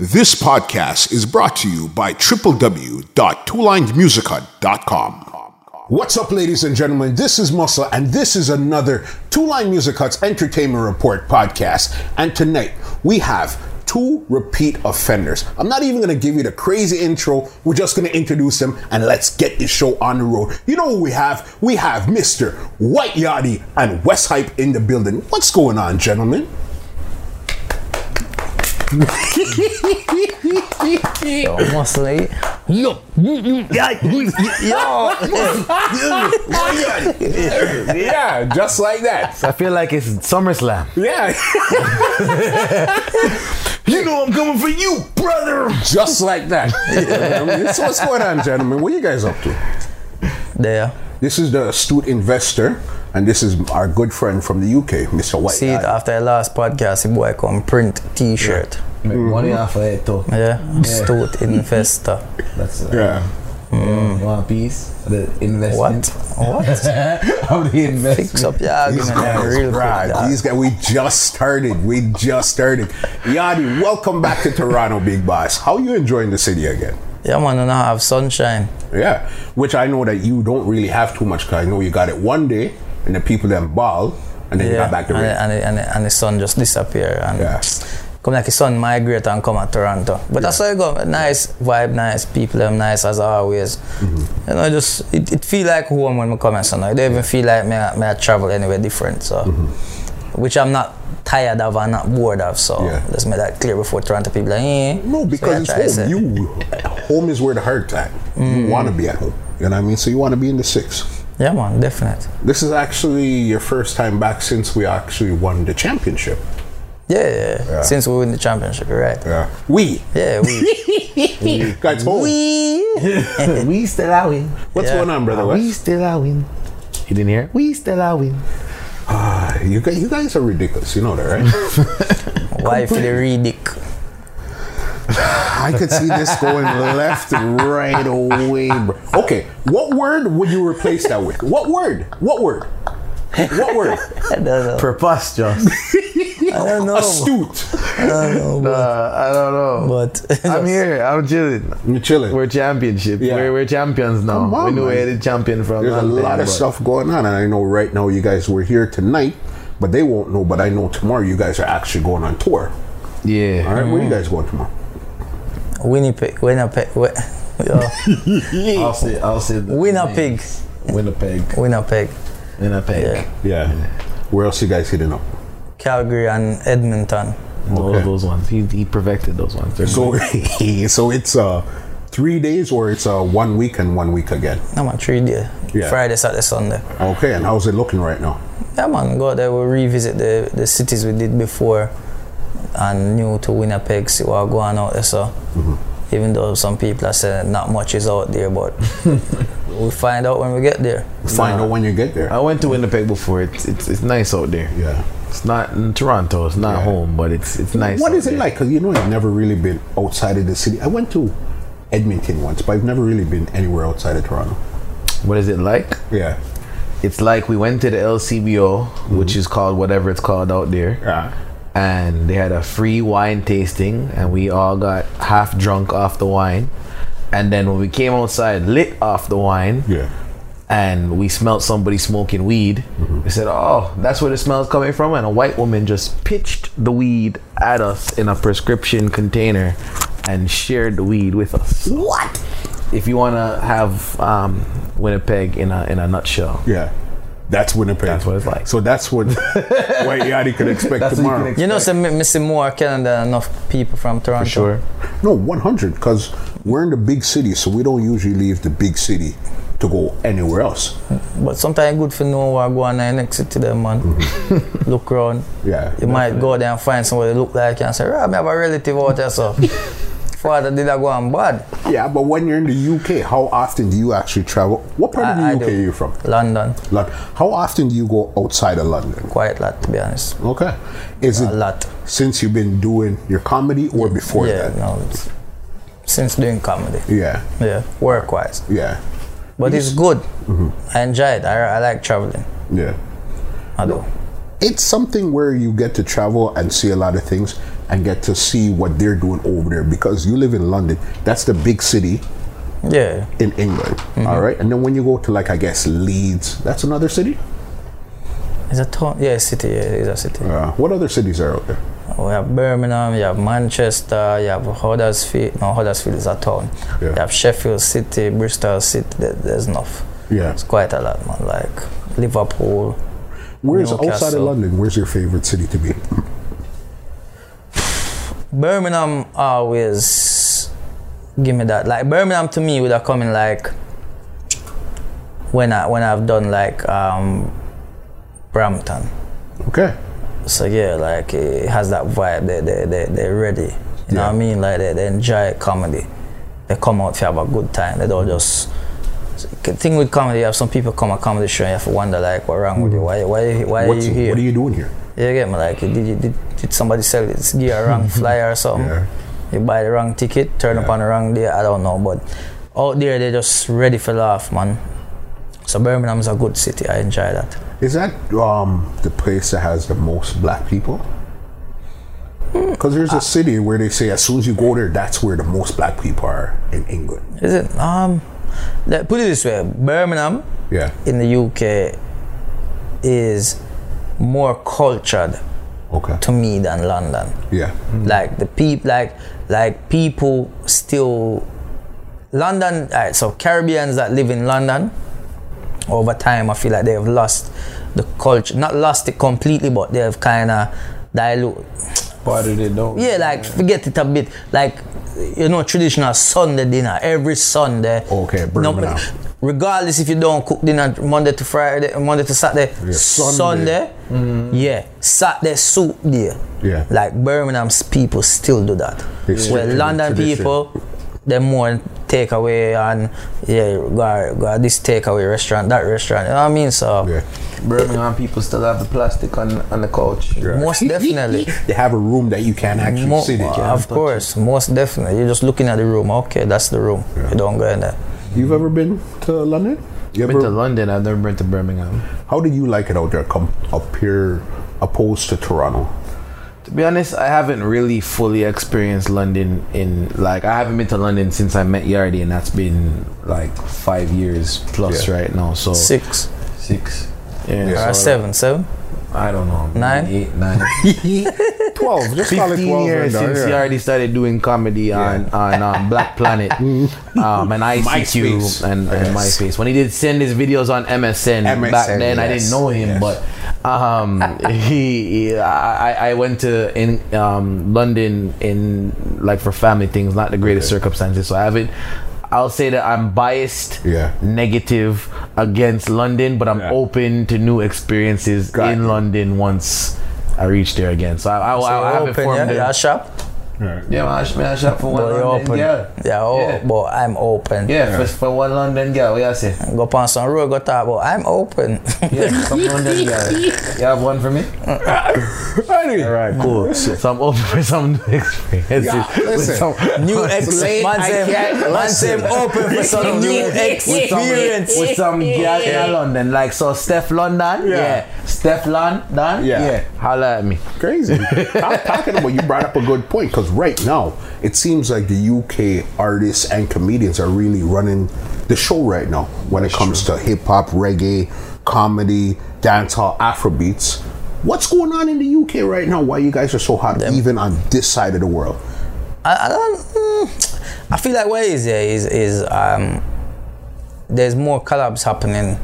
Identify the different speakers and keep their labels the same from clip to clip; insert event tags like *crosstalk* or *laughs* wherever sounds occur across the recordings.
Speaker 1: This podcast is brought to you by www.twolinedmusichut.com. What's up, ladies and gentlemen? This is Muscle, and this is another Two Line Music Hut's Entertainment Report podcast. And tonight we have two repeat offenders. I'm not even going to give you the crazy intro. We're just going to introduce them, and let's get this show on the road. You know who we have? We have Mr. White Yachty and West Hype in the building. What's going on, gentlemen?
Speaker 2: Yo, muscle eight. Yo, yo.
Speaker 1: *laughs* yeah, just like that.
Speaker 2: I feel like it's SummerSlam.
Speaker 1: Yeah. *laughs* you know I'm coming for you, brother. Just like that. so what's going on, gentlemen? What are you guys up to?
Speaker 2: There.
Speaker 1: This is the astute investor, and this is our good friend from the UK, Mr. White.
Speaker 2: See it
Speaker 1: Guy.
Speaker 2: after the last podcast, your boy come print T-shirt.
Speaker 3: Make money off of it though.
Speaker 2: Yeah, Stoat investor.
Speaker 3: That's uh,
Speaker 1: Yeah.
Speaker 3: you want a piece? of The investment.
Speaker 2: What? What?
Speaker 3: *laughs* of the investment.
Speaker 2: Fix up your
Speaker 1: These
Speaker 2: argument
Speaker 1: guys,
Speaker 2: man, real quick.
Speaker 1: right.
Speaker 2: dog.
Speaker 1: These guys, we just started. We just started. Yadi, welcome back to Toronto, big boss. How you enjoying the city again?
Speaker 2: Yeah, man, and I have sunshine.
Speaker 1: Yeah, which I know that you don't really have too much because I know you got it one day, and the people then ball, and then you
Speaker 2: Yeah,
Speaker 1: got back to
Speaker 2: and,
Speaker 1: rain.
Speaker 2: and, and, and the sun just disappear and
Speaker 1: Yeah.
Speaker 2: come like the sun migrate and come at Toronto. But that's how it go. Nice vibe, nice people, them nice as always.
Speaker 1: Mm-hmm.
Speaker 2: You know, just it, it feel like home when I come here. So I don't even feel like me I- me I travel anywhere different. So, which I'm not tired of and not bored of. So
Speaker 1: Mm-hmm. Yeah.
Speaker 2: let's make that clear before Toronto people like, eh.
Speaker 1: No, because
Speaker 2: so yeah,
Speaker 1: it's
Speaker 2: try
Speaker 1: home.
Speaker 2: it.
Speaker 1: You home is where the hard time. You want to be at home. You know what I mean? So you want to be in the six.
Speaker 2: yeah, man, definite.
Speaker 1: This is actually your first time back since we actually won the championship.
Speaker 2: Yeah, yeah, yeah. Since we win the championship, you're right?
Speaker 1: Yeah, Oh. we *laughs*
Speaker 2: Yeah, we.
Speaker 1: guys home.
Speaker 3: we still are win.
Speaker 1: What's
Speaker 2: Yeah.
Speaker 1: going on, brother?
Speaker 3: We
Speaker 1: Wes?
Speaker 3: still are win. You didn't hear? We still are win.
Speaker 1: Ah, you guys, you guys are ridiculous. You know that, right?
Speaker 2: Why for the ridic?
Speaker 1: *laughs* I could see this going *laughs* left and right away. Bro. Okay, what word would you replace that with? What word? What word? What *laughs* word?
Speaker 2: I don't know.
Speaker 3: Uh, *laughs* Preposterous.
Speaker 2: I don't
Speaker 1: Oh. *laughs*
Speaker 2: know.
Speaker 1: Astute.
Speaker 2: I don't know.
Speaker 3: uh, I don't
Speaker 2: *laughs*
Speaker 3: know.
Speaker 2: But
Speaker 3: I'm here. I'm chilling.
Speaker 1: You're chilling.
Speaker 3: We're championship.
Speaker 1: Yeah.
Speaker 3: We're, we're champions now.
Speaker 1: Come on,
Speaker 3: we know
Speaker 1: man.
Speaker 3: where the champion from.
Speaker 1: There's a
Speaker 3: and
Speaker 1: lot
Speaker 3: thing,
Speaker 1: of
Speaker 3: but
Speaker 1: stuff going on, and I know right now you guys were here tonight, but they won't know. But I know tomorrow you guys are actually going on tour.
Speaker 3: Yeah.
Speaker 1: All right, where you guys going tomorrow?
Speaker 2: Winnipeg, Winnipeg, Win-
Speaker 3: *laughs*
Speaker 2: yo,
Speaker 3: I'll say. I'll say. the
Speaker 2: Winnipeg,
Speaker 3: name. Winnipeg.
Speaker 2: Winnipeg,
Speaker 3: Winnipeg.
Speaker 2: Yeah.
Speaker 1: Yeah. Where else you guys hitting up?
Speaker 2: Calgary, and Edmonton.
Speaker 3: Those,
Speaker 1: Okay.
Speaker 3: those ones. He, he perfected those ones. They're
Speaker 1: So, *laughs* so it's uh, three days or it's uh, one week and one week again.
Speaker 2: No man, three day.
Speaker 1: Yeah.
Speaker 2: Friday, Saturday, Sunday.
Speaker 1: Okay, and how's it looking right now?
Speaker 2: Yeah, man, go there. We'll revisit the, the cities we did before, and new to Winnipeg. See what going out there. So,
Speaker 3: Mm-hmm.
Speaker 2: even though some people are saying not much is out there,
Speaker 3: *laughs*
Speaker 2: but we'll find out when we get there.
Speaker 1: Find out when you get there.
Speaker 3: I went to Winnipeg before. It's it's, it's nice out there.
Speaker 1: Yeah.
Speaker 3: It's not in Toronto. It's not home, but it's it's nice.
Speaker 1: What
Speaker 3: out
Speaker 1: is it
Speaker 3: there.
Speaker 1: like? Because you know, I've never really been outside of the city. I went to Edmonton once, but I've never really been anywhere outside of Toronto.
Speaker 3: What is it like?
Speaker 1: Yeah.
Speaker 3: It's like we went to the LCBO, which is called whatever it's called out there.
Speaker 1: Mm-hmm. Yeah.
Speaker 3: And they had a free wine tasting, and we all got half drunk off the wine. And then when we came outside, lit off the wine,
Speaker 1: Yeah.
Speaker 3: and we smelled somebody smoking weed. We said, "Oh, that's where the smell's coming from." And a white woman just pitched the weed at us in a prescription container, and shared the weed with us.
Speaker 1: What?
Speaker 3: If you want to have um, Winnipeg in a in a nutshell,
Speaker 1: Yeah. That's Winnipeg.
Speaker 3: That's what it's like.
Speaker 1: So that's
Speaker 3: *laughs*
Speaker 1: what White Yachty could expect
Speaker 3: That's what you
Speaker 1: tomorrow.
Speaker 3: can
Speaker 2: You know, some missing more Canada than enough people from Toronto.
Speaker 3: sure.
Speaker 1: no, 100, because we're in the big city, so we don't usually leave the big city to go anywhere else.
Speaker 2: But sometimes good for know what go on in the next city there, man. *laughs* look around.
Speaker 1: Mm-hmm. Yeah.
Speaker 2: You might go there and find somebody look like you and say, Rob, I have a relative out
Speaker 1: *laughs*
Speaker 2: there, so father did I go on bad.
Speaker 1: Yeah, but when you're in the UK, how often do you actually travel? What part
Speaker 2: I- I
Speaker 1: of the UK
Speaker 2: do.
Speaker 1: are you from?
Speaker 2: London,
Speaker 1: London. How often do you go outside of London?
Speaker 2: quite lot to be honest.
Speaker 1: Okay. Is
Speaker 2: A
Speaker 1: it
Speaker 2: lot.
Speaker 1: since you've been doing your comedy or before
Speaker 2: yeah,
Speaker 1: that?
Speaker 2: no. it's- Since doing comedy.
Speaker 1: Yeah. Mm-hmm.
Speaker 2: Yeah. Work wise.
Speaker 1: Yeah.
Speaker 2: But it's good. I enjoy it. I, I like traveling.
Speaker 1: Yeah.
Speaker 2: I do.
Speaker 1: it's something where you get to travel and see a lot of things and get to see what they're doing over there because you live in London. That's the big city
Speaker 2: Yeah.
Speaker 1: in England.
Speaker 2: Mm-hmm.
Speaker 1: all right. And then when you go to like I guess Leeds, that's another city.
Speaker 2: It's a town. Yeah, city. Yeah, it's a city.
Speaker 1: Uh, what other cities are out there?
Speaker 2: We have Birmingham, you have Manchester, you have Huddersfield. No, Huddersfield is a town.
Speaker 1: Yeah.
Speaker 2: You have Sheffield City, Bristol City. There, there's enough.
Speaker 1: Yeah.
Speaker 2: It's quite a lot, man. Like Liverpool.
Speaker 1: Where's outside of
Speaker 2: Newcastle.
Speaker 1: London? Where's your favorite city to be?
Speaker 2: Birmingham always give me that. Like Birmingham to me would have come in like when I when I've done like um Brampton.
Speaker 1: Okay.
Speaker 2: So yeah, like it has that vibe. They they they they're ready. You know what I mean? Like they, they enjoy comedy. They come out to have a good time. They don't just. The thing with comedy, you have some people come a comedy show and you have to wonder like, what wrong with you? Why why why
Speaker 1: What's,
Speaker 2: are you here?
Speaker 1: Mm. what are you doing here?
Speaker 2: You get me? Like, did, you, did, did somebody sell this gear
Speaker 1: *laughs*
Speaker 2: wrong flyer or something?
Speaker 1: Yeah.
Speaker 2: You buy the wrong ticket, turn up on the wrong day, I don't know. But out there, they're just ready for laugh, man. So Birmingham is a good city, I enjoy that.
Speaker 1: Is that um, the place that has the most black people?
Speaker 2: Hmm.
Speaker 1: Because there's a city where they say as soon as you go there, that's where the most black people are in England.
Speaker 2: Is it? Um, let, put it this way Birmingham
Speaker 1: Yeah.
Speaker 2: in the UK is more cultured
Speaker 1: Okay.
Speaker 2: to me than London.
Speaker 1: Yeah.
Speaker 2: like the peop like like people still london alright, so caribbeans that live in london over time i feel like they have lost the culture not lost it completely but they have kind of dilute
Speaker 3: Part of it don't.
Speaker 2: yeah like forget it a bit like you know traditional sunday dinner every sunday
Speaker 1: Okay, Birmingham.
Speaker 2: regardless if you don't cook dinner monday to friday monday to saturday
Speaker 1: Sunday.
Speaker 2: sunday, yeah saturday soup there
Speaker 1: Yeah.
Speaker 2: like birmingham's people still do that
Speaker 1: They stick
Speaker 2: well
Speaker 1: to the
Speaker 2: london
Speaker 1: tradition.
Speaker 2: people they more take away and yeah go, go this takeaway restaurant that restaurant you know what i mean so
Speaker 1: Yeah.
Speaker 3: Birmingham people still have the plastic on on the couch.
Speaker 2: most definitely
Speaker 1: They have a room that you can't actually
Speaker 2: Mo-
Speaker 1: sit in.
Speaker 2: of course, most definitely. You're just looking at the room. Okay, that's the room. You don't go in there.
Speaker 1: You've ever been to London? You
Speaker 3: I've been to
Speaker 1: ever,
Speaker 3: London. I've never been to Birmingham.
Speaker 1: how do you like it out there com- up here opposed to Toronto?
Speaker 3: To be honest, I haven't really fully experienced London in like I haven't been to London since I met Yardi, and that's been like five years plus
Speaker 1: Yeah.
Speaker 3: right now. So
Speaker 2: Six
Speaker 3: six. Yeah,
Speaker 2: or
Speaker 3: so,
Speaker 2: seven, seven.
Speaker 3: I don't know. maybe
Speaker 2: Nine?
Speaker 3: eight, nine.
Speaker 1: 12. Just call it
Speaker 3: 15
Speaker 1: 12.
Speaker 3: years
Speaker 1: and, uh,
Speaker 3: since
Speaker 1: yeah.
Speaker 3: he already started doing comedy on, on um, Black
Speaker 1: *laughs*
Speaker 3: Planet um, and ICQ
Speaker 1: MySpace.
Speaker 3: and, and
Speaker 1: Yes.
Speaker 3: MySpace. When he did send his videos on MSN, back
Speaker 1: MSN,
Speaker 3: then, I
Speaker 1: yes,
Speaker 3: didn't know
Speaker 1: yes.
Speaker 3: him, but um, he, he I, I- I went to in um, London in like for family things, not the greatest circumstances, so I haven't. I'll say that I'm biased,
Speaker 1: Yeah.
Speaker 3: negative against London, but I'm
Speaker 1: Yeah.
Speaker 3: open to new experiences
Speaker 1: Got
Speaker 3: in
Speaker 1: you.
Speaker 3: London once I reach there again. So I, I,
Speaker 2: So
Speaker 3: I, I haven't
Speaker 2: open,
Speaker 3: formed
Speaker 2: yeah,
Speaker 3: it.
Speaker 2: yeah, shop.
Speaker 3: Yeah, man, I sh- man, I shop for one
Speaker 2: But you
Speaker 3: London
Speaker 2: open.
Speaker 3: girl.
Speaker 2: Yeah, oh,
Speaker 3: Yeah.
Speaker 2: but I'm open.
Speaker 3: Yeah, For, for one London girl, what you say?
Speaker 2: Go on some road, go talk, but I'm open.
Speaker 3: Yeah, *laughs* some London girl. You have one for me? All right, *laughs* cool. So I'm open for some new experiences.
Speaker 1: Yeah, listen.
Speaker 3: with some,
Speaker 2: *laughs*
Speaker 3: *laughs*
Speaker 2: New ex,
Speaker 1: Late,
Speaker 2: man,
Speaker 1: I
Speaker 2: say,
Speaker 1: can't
Speaker 2: man, say I'm open for some new
Speaker 3: with some,
Speaker 2: experience.
Speaker 3: with some girl in London. Like, so Steph London,
Speaker 1: Yeah.
Speaker 3: yeah. Steph London,
Speaker 1: Yeah.
Speaker 3: yeah. Holla at me.
Speaker 1: crazy. *laughs* I'm talking about you brought up a good point because right now it seems like the UK artists and comedians are really running the show right now when it comes to hip hop, reggae, comedy, dancehall, Afrobeats. What's going on in the UK right now? Why you guys are so hot, even on this side of the world?
Speaker 2: I, I don't. mm, I feel like what is there is is um, there's more collabs happening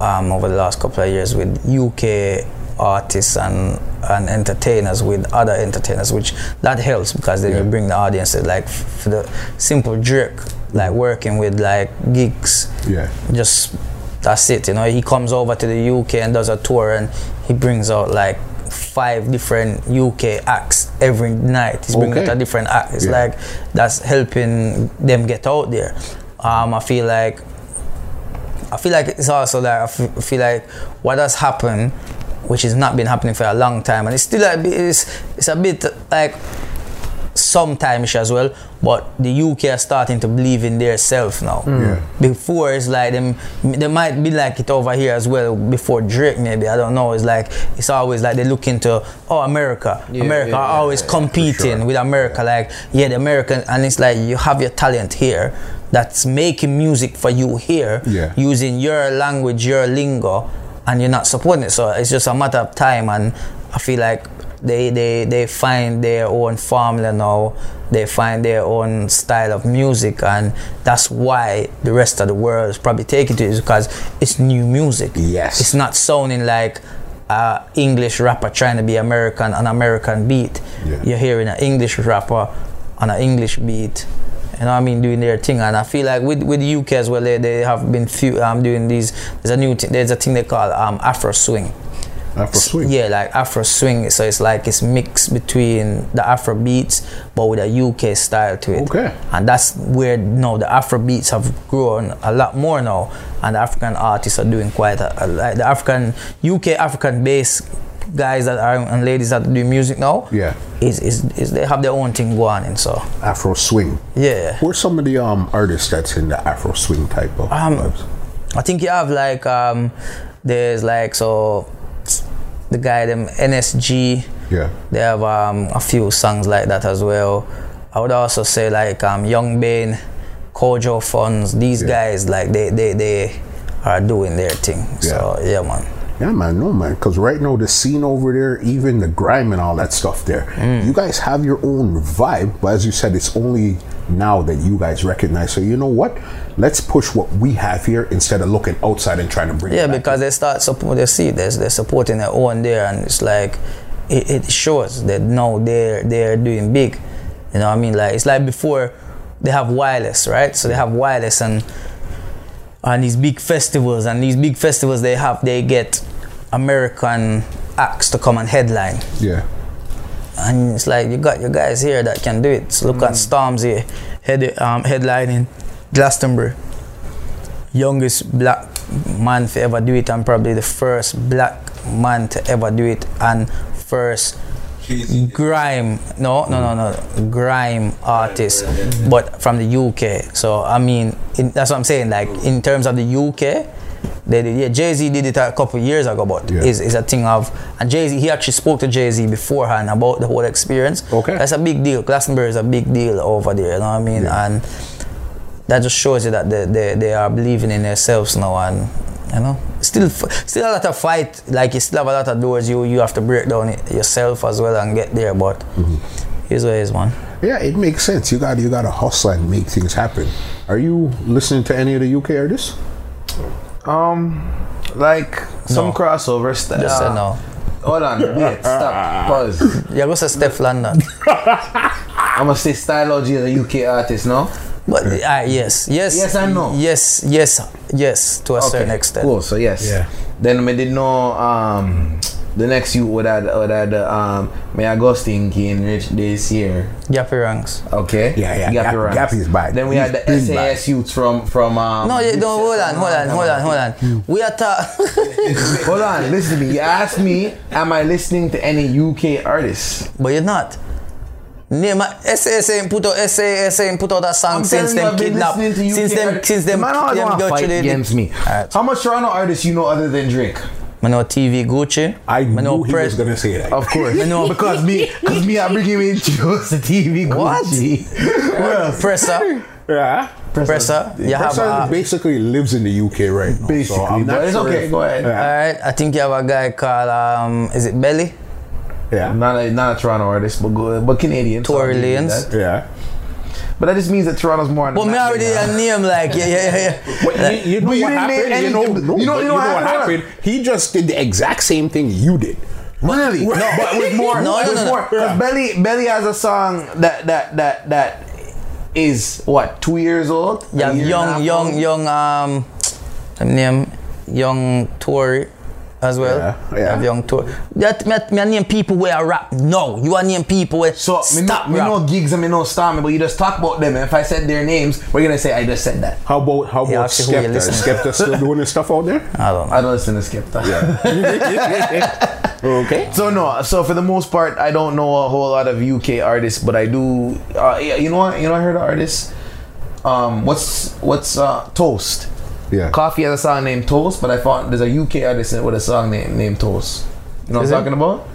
Speaker 2: um, over the last couple of years with UK artists and and entertainers with other entertainers, which that helps because then you bring the audiences like f- for the simple jerk, like working with like gigs
Speaker 1: Yeah.
Speaker 2: just that's it you know he comes over to the uk and does a tour and he brings out like five different uk acts every night he's bringing
Speaker 1: Okay.
Speaker 2: out a different act it's
Speaker 1: Yeah.
Speaker 2: like that's helping them get out there um i feel like i feel like it's also like i f- feel like what has happened which has not been happening for a long time and it's still a bit, it's, it's a bit like sometimes as well, but the UK are starting to believe in their self now.
Speaker 1: Yeah.
Speaker 2: Before it's like them, they might be like it over here as well. Before Drake, maybe I don't know. It's like it's always like they look into oh America,
Speaker 3: Yeah,
Speaker 2: America
Speaker 3: yeah,
Speaker 2: are
Speaker 3: yeah,
Speaker 2: always
Speaker 3: yeah,
Speaker 2: competing with America. Like yeah, the American, and it's like you have your talent here that's making music for you here
Speaker 1: Yeah.
Speaker 2: using your language, your lingo, and you're not supporting it. So it's just a matter of time, and I feel like they they they find their own formula now. They find their own style of music, and that's why the rest of the world is probably taking to it is because it's new music.
Speaker 1: Yes.
Speaker 2: it's not sounding like. a English rapper trying to be American on American beat.
Speaker 1: Yeah.
Speaker 2: You're hearing an English rapper on an English beat you know what I mean, doing their thing. And I feel like with with the UK as well, they, they have been few um doing these. There's a new thing. There's a thing they call um Afro swing.
Speaker 1: Afro swing.
Speaker 2: Yeah, like Afro swing. So it's like it's mixed between the Afro beats, but with a UK style to it.
Speaker 1: Okay.
Speaker 2: And that's where no, the Afro beats have grown a lot more now, and the African artists are doing quite a, a like the African UK African based guys that are and ladies that do music now.
Speaker 1: Yeah.
Speaker 2: Is, is is they have their own thing going and so
Speaker 1: Afro swing.
Speaker 2: yeah.
Speaker 1: Who are some of the um, artists that's in the Afro swing type of
Speaker 2: Um,
Speaker 1: vibes?
Speaker 2: I think you have like um, there's like so the guy them NSG.
Speaker 1: Yeah.
Speaker 2: They have um, a few songs like that as well. I would also say like um, Young Bane, Kojo Funds. These
Speaker 1: Yeah.
Speaker 2: guys like they they they are doing their thing. So yeah, man.
Speaker 1: Yeah, man, no, man. Because right now, the scene over there, even the grime and all that stuff there,
Speaker 2: Mm.
Speaker 1: you guys have your own vibe. But as you said, it's only now that you guys recognize. So, you know what? Let's push what we have here instead of looking outside and trying to bring
Speaker 2: Yeah,
Speaker 1: it back.
Speaker 2: because they start support. They see this. They're supporting their own there, and it's like it, it shows that no, they're they're doing big. You know what I mean? Like it's like before they have wireless, right? So they have wireless and and these big festivals and these big festivals they have they get American acts to come and headline.
Speaker 1: Yeah.
Speaker 2: And it's like you got your guys here that can do it. So look at Stormzy head, um, headlining Glastonbury. Youngest black man to ever do it, and probably the first black man to ever do it, and first grime. No, no, no, no, grime artist, but from the UK. So I mean, in, that's what I'm saying. Like in terms of the UK, they did, yeah, Jay Z did it a couple years ago, but
Speaker 1: Yeah.
Speaker 2: is is a thing of and Jay Z. He actually spoke to Jay Z beforehand about the whole experience.
Speaker 1: Okay.
Speaker 2: that's a big deal. Glastonbury is a big deal over there. You know what I mean? And that just shows you that they, they, they are believing in themselves now and you know still f- still a lot of fight like you still have a lot of doors you you have to break down it yourself as well and get there but here's what it is man
Speaker 1: Yeah, it makes sense. You got you got to hustle and make things happen. Are you listening to any of the UK artists?
Speaker 3: Um, like some crossover stuff.
Speaker 2: just say no
Speaker 3: Hold on, wait, *laughs* stop, pause.
Speaker 2: you're gonna say Steph London
Speaker 3: I'm gonna say Stylogy is a UK artist, no?
Speaker 2: but uh, yes yes
Speaker 3: Yes and no.
Speaker 2: yes yes yes to a certain extent
Speaker 3: Cool. So yes.
Speaker 1: Yeah.
Speaker 3: Then we did know um the next you would add would add um May Augustine came rich this year.
Speaker 2: Yappy ranks
Speaker 3: Okay.
Speaker 1: Yeah, yeah,
Speaker 3: Gappy
Speaker 1: Gap-
Speaker 3: Rhymes.
Speaker 1: Gappy is back.
Speaker 3: Then we
Speaker 1: He's
Speaker 3: had the
Speaker 1: been back.
Speaker 3: SAS youths from from um.
Speaker 2: no you don't hold on hold on hold on hold on we are *laughs* talking
Speaker 3: Hold on, listen to me. You asked me, am I listening to any UK artists?
Speaker 1: Um,
Speaker 2: but you're not Name a- SAS ain't put out SAS ain't put out that song
Speaker 3: I'm
Speaker 2: since
Speaker 3: telling you,
Speaker 2: them
Speaker 3: I've been
Speaker 2: kidnap
Speaker 3: listening to UK
Speaker 2: since them
Speaker 3: artists.
Speaker 2: since them
Speaker 3: Man, I don't
Speaker 2: them
Speaker 3: wanna
Speaker 2: go
Speaker 3: fight
Speaker 2: through the-
Speaker 3: against me.
Speaker 1: Uh,
Speaker 2: Alright.
Speaker 3: How much Toronto artists you know other than Drake?
Speaker 2: I know TV Gucci.
Speaker 1: I
Speaker 2: Me
Speaker 1: knew
Speaker 2: know
Speaker 1: he
Speaker 2: Pres-
Speaker 1: was gonna say that.
Speaker 3: Of course,
Speaker 2: You know-
Speaker 3: because me, because me, I bring him in just the TV.
Speaker 2: What?
Speaker 3: Gucci. what else? *laughs*
Speaker 2: Presser.
Speaker 1: yeah,
Speaker 2: Presser. You have
Speaker 1: Pressure
Speaker 2: a,
Speaker 1: basically lives in the UK right now.
Speaker 3: Basically,
Speaker 1: so I'm not
Speaker 3: but it's
Speaker 1: sure
Speaker 3: okay.
Speaker 1: if-
Speaker 3: Go ahead.
Speaker 1: Yeah,
Speaker 2: Alright, I think you have a guy called um is it Belly?
Speaker 1: yeah,
Speaker 3: Not a not a Toronto artist, but go, but Canadian. so
Speaker 2: Tory
Speaker 3: I'll give you
Speaker 2: Lanez.
Speaker 3: that.
Speaker 1: yeah.
Speaker 3: But that just means that Toronto's more. on the
Speaker 2: But me
Speaker 3: map
Speaker 2: already
Speaker 3: right
Speaker 2: a name like yeah yeah
Speaker 3: *laughs*
Speaker 2: yeah.
Speaker 1: But you, you know
Speaker 3: But you
Speaker 1: what
Speaker 3: didn't make
Speaker 1: happened? You
Speaker 3: any-
Speaker 1: know,
Speaker 3: you
Speaker 1: no,
Speaker 3: know- you
Speaker 1: but
Speaker 3: know what happened?
Speaker 1: He just did the exact same thing you did.
Speaker 3: now. Really? No,
Speaker 1: *laughs*
Speaker 3: but with more.
Speaker 2: uh, *laughs* No, no,
Speaker 3: with
Speaker 2: no, no.
Speaker 3: more. 'Cause Belly Belly has a song that that that that is what two years old.
Speaker 2: You
Speaker 3: A
Speaker 2: have
Speaker 3: year and a
Speaker 2: young
Speaker 3: half
Speaker 2: young
Speaker 3: old?
Speaker 2: young um him name young Tory. as well.
Speaker 1: Yeah, yeah.
Speaker 2: Have young tour. That me, me I name people where I rap. No, you are name people where
Speaker 3: So me
Speaker 2: stop
Speaker 3: not me
Speaker 2: rap.
Speaker 3: no gigs and me no star me, but you just talk about them. And if I said their names, we're gonna say I just said that.
Speaker 1: How about how
Speaker 2: Yeah,
Speaker 1: about
Speaker 2: actually, who you
Speaker 1: Skepta? Is
Speaker 2: listening
Speaker 1: Skepta still doing his stuff
Speaker 2: *laughs*
Speaker 1: out there?
Speaker 2: I don't know.
Speaker 3: I don't listen to Skepta.
Speaker 1: okay.
Speaker 3: So no, so for the most part, I don't know a whole lot of UK artists, but I do. Uh, yeah, you know what? You know, I heard of artists. Um, what's what's uh, Toast?
Speaker 1: Yeah.
Speaker 3: Coffee has a song named Toast, but I found there's a UK artist with a song named named Toast. You know
Speaker 2: Is
Speaker 3: what I'm
Speaker 2: it?
Speaker 3: talking about?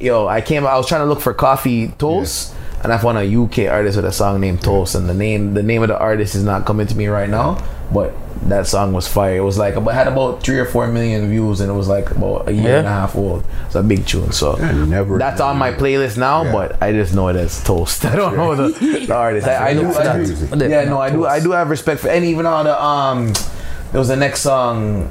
Speaker 3: Yo, I came. I was trying to look for Coffee Toast, and I found a UK artist with a song named Toast, and the name the name of the artist is not coming to me right now, but. That song was fire. It was like about had about three or four million views, and it was like about a year
Speaker 2: Yeah.
Speaker 3: and a half old. It's a big tune, so
Speaker 1: I never.
Speaker 3: that's on my playlist now,
Speaker 1: Yeah.
Speaker 3: but I just know it as toast. *laughs* I don't know the, the artist. I, I do. I do-
Speaker 1: That's
Speaker 2: crazy.
Speaker 3: yeah, no, I do. I do have respect for, and even all the um, there was the next song,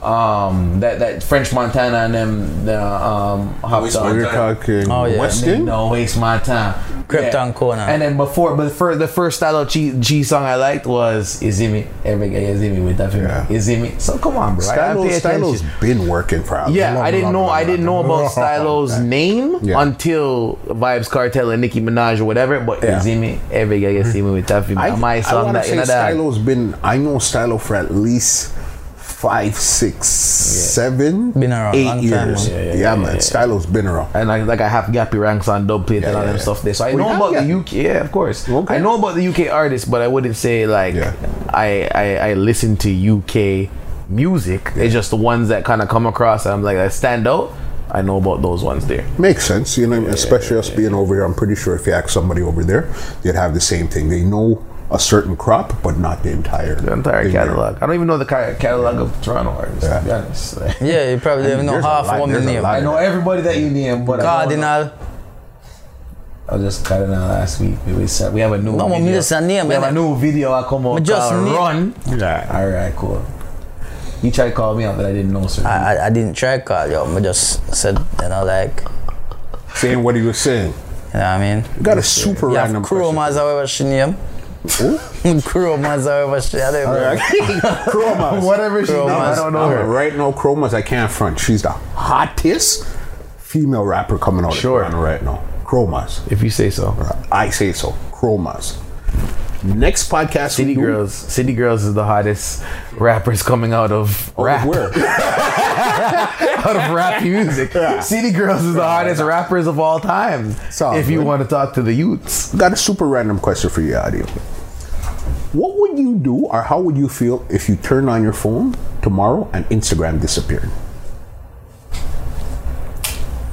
Speaker 3: um, that that French Montana and them the um hopped
Speaker 4: Waste
Speaker 3: on.
Speaker 4: Montana.
Speaker 1: You're talking
Speaker 2: Oh, yeah.
Speaker 1: Weston.
Speaker 3: No waste my time.
Speaker 2: Krypton Conan.
Speaker 3: And then before, but for the first style of G, G song I liked was Izimi. Every guy Izimi with that.
Speaker 1: Yeah.
Speaker 3: Yeah. Izimi. So come on, bro. I gotta
Speaker 1: Stylo,
Speaker 3: pay
Speaker 1: Stylo's
Speaker 3: attention.
Speaker 1: been working for us.
Speaker 3: Yeah,
Speaker 1: Long,
Speaker 3: I didn't
Speaker 1: long,
Speaker 3: know.
Speaker 1: long,
Speaker 3: I didn't know
Speaker 1: long.
Speaker 3: about Stylo's name
Speaker 1: Yeah.
Speaker 3: until Vibes Cartel and Nicki Minaj or whatever. But
Speaker 1: Yeah.
Speaker 3: you see me, every guy can see me with that.
Speaker 1: I,
Speaker 3: My
Speaker 1: I
Speaker 3: song
Speaker 1: wanna
Speaker 3: that
Speaker 1: say
Speaker 3: you know that.
Speaker 1: Stylo's been. I know Stylo for at least five, six, seven,
Speaker 2: Been around
Speaker 1: eight
Speaker 2: long time,
Speaker 1: years.
Speaker 2: man.
Speaker 1: yeah,
Speaker 3: Yeah, yeah,
Speaker 1: man. Stylo's been around.
Speaker 3: and like, like I have Gappy ranks on dub plate and all
Speaker 1: yeah,
Speaker 3: them
Speaker 1: yeah.
Speaker 3: stuff there. So
Speaker 1: Well,
Speaker 3: I
Speaker 1: you
Speaker 3: know
Speaker 1: have
Speaker 3: about
Speaker 1: Gappy.
Speaker 3: the UK. Yeah, of course.
Speaker 1: Okay.
Speaker 3: I know about the UK artists, but I wouldn't say like
Speaker 1: Yeah.
Speaker 3: I, I I listen to UK music. It's just the ones that kind of come across and I'm like I stand out. I know about those ones there.
Speaker 1: Makes sense, you know, especially us being over here. I'm pretty sure if you ask somebody over there, they'd have the same thing. They know a certain crop, but not the entire
Speaker 3: The entire
Speaker 1: thing
Speaker 3: catalog. I don't even know the ca- catalog of Toronto artists. To be honest. *laughs* Like-
Speaker 2: Yeah, you probably have no
Speaker 1: there's a
Speaker 2: half
Speaker 1: lot-
Speaker 2: one
Speaker 1: there's a
Speaker 2: name.
Speaker 1: lot.
Speaker 3: I know everybody that you name, but I,
Speaker 2: Cardinal.
Speaker 3: don't know. I was just cutting out last week. We, was, we have a new
Speaker 2: No, but me
Speaker 3: video.
Speaker 2: just a name,
Speaker 3: we have
Speaker 2: innit?
Speaker 3: a new video. I come out
Speaker 2: Me just
Speaker 3: just
Speaker 2: name.
Speaker 3: run.
Speaker 1: Yeah.
Speaker 3: All right, cool. You tried to call me out, but I didn't know, sir.
Speaker 2: I, I, I didn't try call yo. I just said you know like you
Speaker 1: Saying what he was saying.
Speaker 2: know what I mean.
Speaker 1: You got a super
Speaker 2: You have
Speaker 1: random
Speaker 2: Chromas however she name.
Speaker 1: *laughs* person.
Speaker 2: *laughs* Chromas however she I don't know.
Speaker 1: *laughs* Chromas.
Speaker 3: Whatever she
Speaker 2: Bro,
Speaker 3: named, I
Speaker 2: man.
Speaker 3: don't know
Speaker 1: No,
Speaker 3: her.
Speaker 1: right now, Chromas, I can't front. She's the hottest female rapper coming out
Speaker 3: Sure.
Speaker 1: of Toronto right now. Chromas.
Speaker 3: If you say so.
Speaker 1: I say so. Chromas. Next podcast
Speaker 3: City
Speaker 1: we do-
Speaker 3: Girls. City Girls is the hottest rappers coming out of
Speaker 1: Oh,
Speaker 3: rap.
Speaker 1: where?
Speaker 3: *laughs* out of rap music. City Girls is the hottest rappers of all time.
Speaker 1: Sound
Speaker 3: if you
Speaker 1: good.
Speaker 3: want to talk to the youths.
Speaker 1: Got a super random question for you, Adio. What would you do or how would you feel if you turned on your phone tomorrow and Instagram disappeared?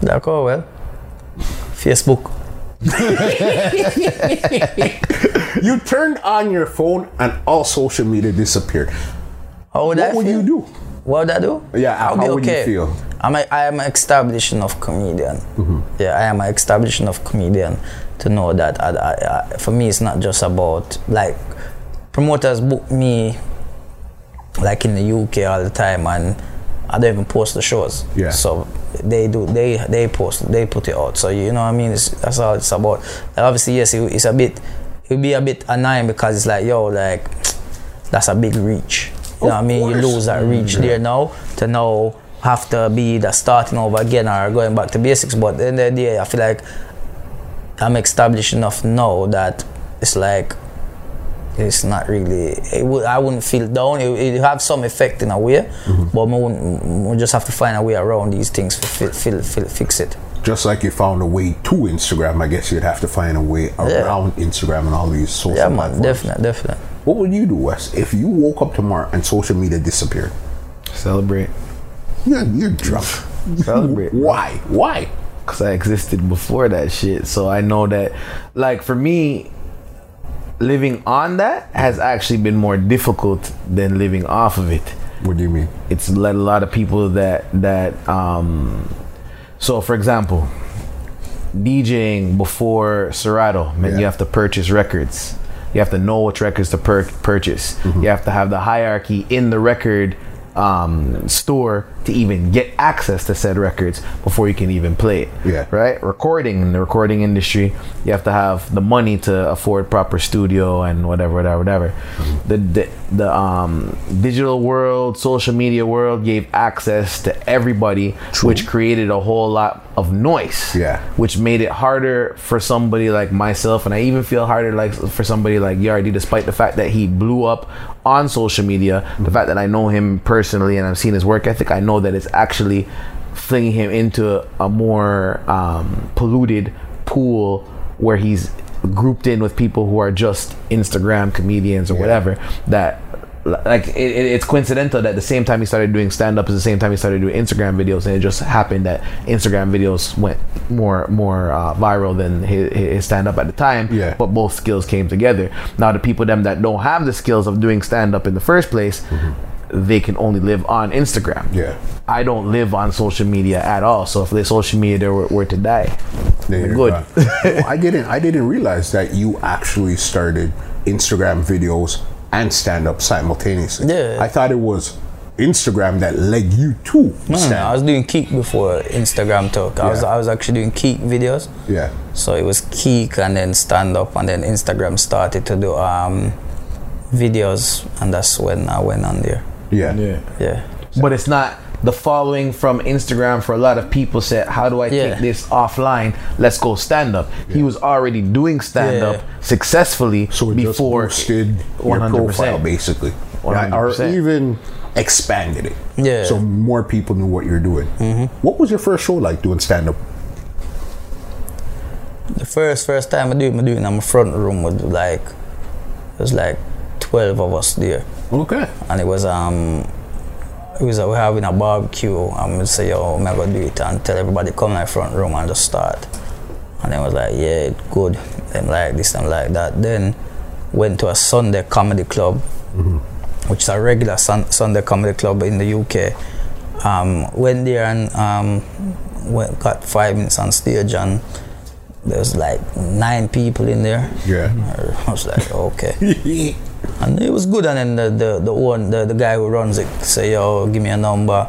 Speaker 2: Like oh well. Facebook.
Speaker 1: You turned on your phone and all social media disappeared.
Speaker 2: How would I
Speaker 1: What would
Speaker 2: feel?
Speaker 1: you do?
Speaker 2: What would I do?
Speaker 1: Yeah,
Speaker 2: I'll
Speaker 1: how would you feel? Mm-hmm.
Speaker 2: I'm a, I am an established enough comedian. Yeah, I am an established enough comedian to know that I, I, I, for me it's not just about like promoters book me like in the UK all the time and I don't even post the shows.
Speaker 1: Yeah.
Speaker 2: So they do they they post they put it out. So you know what I mean it's, that's all it's about. Like, obviously yes it, it's a bit it'll be a bit annoying because it's like yo like that's a big reach. You know what I mean? You
Speaker 1: course.
Speaker 2: lose that reach there now to now have to be the starting over again or going back to basics. But in the end of the day I feel like I'm established enough now that it's like it's not really. It would, I wouldn't feel down. It, it have some effect in a way, but we, wouldn't, we just have to find a way around these things to fi- fi- fi- fix it.
Speaker 1: Just like you found a way to Instagram, I guess you'd have to find a way around Instagram and all these social
Speaker 2: Yeah, man,
Speaker 1: platforms.
Speaker 2: definitely, definitely.
Speaker 1: What would you do, Wes, if you woke up tomorrow and social media disappeared?
Speaker 3: Celebrate.
Speaker 1: You're, you're drunk.
Speaker 3: Celebrate,
Speaker 1: *laughs*
Speaker 3: bro.
Speaker 1: Why? Why?
Speaker 3: because I existed before that shit. So I know that, like, for me, living on that has actually been more difficult than living off of it.
Speaker 1: What do you mean?
Speaker 3: It's led a lot of people that that um. So, for example, DJing before Serato meant
Speaker 1: Yeah.
Speaker 3: you have to purchase records.
Speaker 1: Mm-hmm.
Speaker 3: You have to know which records to per- purchase. You have to have the hierarchy in the record um, store to even get access to said records before you can even play it.
Speaker 1: Yeah.
Speaker 3: Right? Recording in the recording industry, you have to have the money to afford proper studio and whatever, whatever, whatever.
Speaker 1: Mm-hmm.
Speaker 3: The, the, the um, digital world, social media world gave access to everybody, which created a whole lot of noise
Speaker 1: Yeah.
Speaker 3: which made it harder for somebody like myself and i even feel harder like for somebody like yardi despite the fact that he blew up on social media the fact that i know him personally and i've seen his work ethic i know that it's actually flinging him into a more um, polluted pool where he's grouped in with people who are just instagram comedians or whatever that like it, it- it's coincidental that the same time he started doing stand up is the same time he started doing Instagram videos, and it just happened that Instagram videos went more more uh, viral than his, his stand up at the time.
Speaker 1: Yeah.
Speaker 3: But both skills came together. Now the people them that don't have the skills of doing stand up in the first place, they can only live on Instagram.
Speaker 1: Mm-hmm. Yeah.
Speaker 3: I don't live on social media at all. So if the social media were, were to die,
Speaker 1: There you
Speaker 3: good.
Speaker 1: go.
Speaker 3: *laughs*
Speaker 1: No, I didn't. I didn't realize that you actually started Instagram videos and stand up simultaneously.
Speaker 2: Yeah.
Speaker 1: I thought it was Instagram that led you to
Speaker 2: No,
Speaker 1: stand.
Speaker 2: no, I was doing Keek before Instagram talk. I was
Speaker 1: Hmm. Yeah.
Speaker 2: I was actually doing Keek videos.
Speaker 1: yeah.
Speaker 2: So it was Keek and then stand up and then Instagram started to do um videos and that's when I went on there.
Speaker 1: Yeah.
Speaker 2: Yeah.
Speaker 3: but it's not the following from Instagram for a lot of people said, How do I
Speaker 2: Yeah.
Speaker 3: take this offline? Let's go stand up. He was already doing stand up
Speaker 2: Yeah.
Speaker 3: successfully
Speaker 1: So it
Speaker 3: before
Speaker 1: just boosted your
Speaker 3: 100%.
Speaker 1: profile basically, Yeah, or
Speaker 3: 100%.
Speaker 1: even expanded it.
Speaker 2: Yeah.
Speaker 1: So more people knew what you're doing. What was your first show like doing stand up?
Speaker 2: The first first time I do it, I do it in my front room with like there's like twelve of us there.
Speaker 1: Okay.
Speaker 2: and it was um it was uh, we having a barbecue and we say "Oh, yo I'm gonna do it and tell everybody come in the front room and just start and then was like yeah it good them like this and like that then went to a Sunday comedy club which is a regular sun- Sunday comedy club in the UK um went there and um went, got five minutes on stage and there was like nine people in there
Speaker 1: Yeah.
Speaker 2: I was like okay
Speaker 1: *laughs* yeah.
Speaker 2: and it was good. And then the the the, one, the, the guy who runs it say, "Yo, give me a number."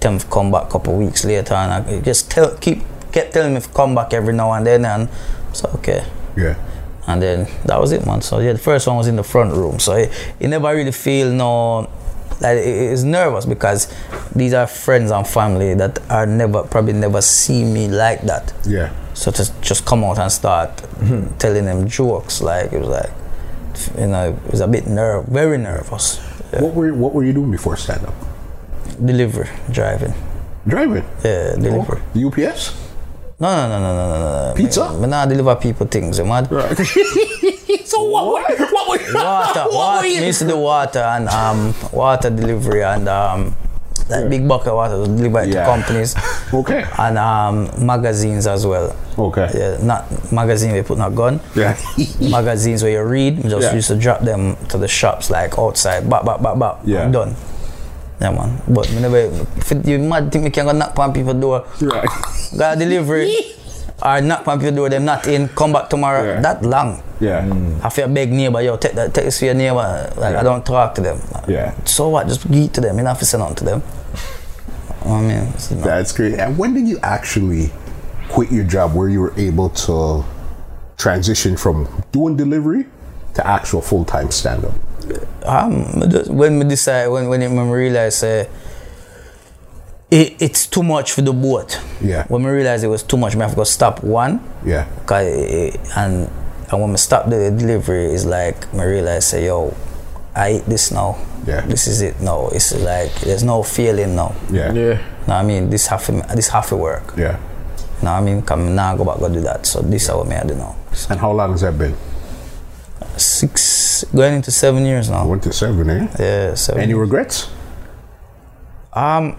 Speaker 2: Tell him to come back a couple weeks later, and I he just tell keep kept telling me to come back every now and then. And so okay, and then that was it, man. So yeah, the first one was in the front room. So it, it never really feel no. Like it- it's nervous because these are friends and family that are never probably never see me like that.
Speaker 1: Yeah.
Speaker 2: So to just come out and start
Speaker 1: Hmm.
Speaker 2: telling them jokes, like it was like, you know, it was a bit nerve, very nervous.
Speaker 1: What were What were you doing before stand up?
Speaker 2: Delivery, driving,
Speaker 1: Driving.
Speaker 2: yeah, delivery.
Speaker 1: UPS.
Speaker 2: No, no, no, no, no, no, no, no.
Speaker 1: Oh. Pizza?
Speaker 2: Me, me nah deliver people things, you mad?
Speaker 1: *laughs* so what? What? what were,
Speaker 2: Water, water. Me used to do water and um, water delivery and um, like big bucket of water was delivered
Speaker 1: Yeah.
Speaker 2: to companies.
Speaker 1: *laughs* Okay.
Speaker 2: And um, magazines as well.
Speaker 1: Okay.
Speaker 2: Yeah, not magazine they put in a gun.
Speaker 1: *laughs* Yeah.
Speaker 2: *laughs* magazines where you read, just
Speaker 1: Yeah.
Speaker 2: used to drop them to the shops like outside, bop, bop, bop, bop,
Speaker 1: Yeah.
Speaker 2: I'm done. Yeah, man. But me never, if you mad think me can go knock on people door, *laughs*
Speaker 1: Right.
Speaker 2: got
Speaker 1: *laughs*
Speaker 2: a delivery, or knock on people door, them not in, come back tomorrow.
Speaker 1: Yeah. Mm.
Speaker 2: That long.
Speaker 1: Yeah.
Speaker 2: I feel beg neighbor, yo, take that, take this to your neighbor. Like, I don't talk to them.
Speaker 1: Yeah.
Speaker 2: So what? Just eat to them. You not have to send on to them. I mean, it's not-
Speaker 1: That's great. And when did you actually quit your job where you were able to transition from doing delivery to actual full time stand up?
Speaker 2: um, I just- when we decide, when when I realize uh, it, it's too much for the boat.
Speaker 1: Yeah.
Speaker 2: When we realize it was too much, I have to go stop one.
Speaker 1: Yeah.
Speaker 2: 'cause it- it- and and when we stop the delivery, it's like I realize say, yo, I eat this now.
Speaker 1: Yeah.
Speaker 2: This is it now. It's like there's no feeling now.
Speaker 1: Yeah.
Speaker 3: Yeah.
Speaker 2: Know what I mean, this have to this have to work.
Speaker 1: Yeah.
Speaker 2: Know what I mean, come now go back go do that. So this is what me I do now.
Speaker 1: And how long has that been?
Speaker 2: Six going into seven years
Speaker 1: I
Speaker 2: now.
Speaker 1: went to seven, eh?
Speaker 2: Yeah, seven.
Speaker 1: Any regrets?
Speaker 2: Honestly,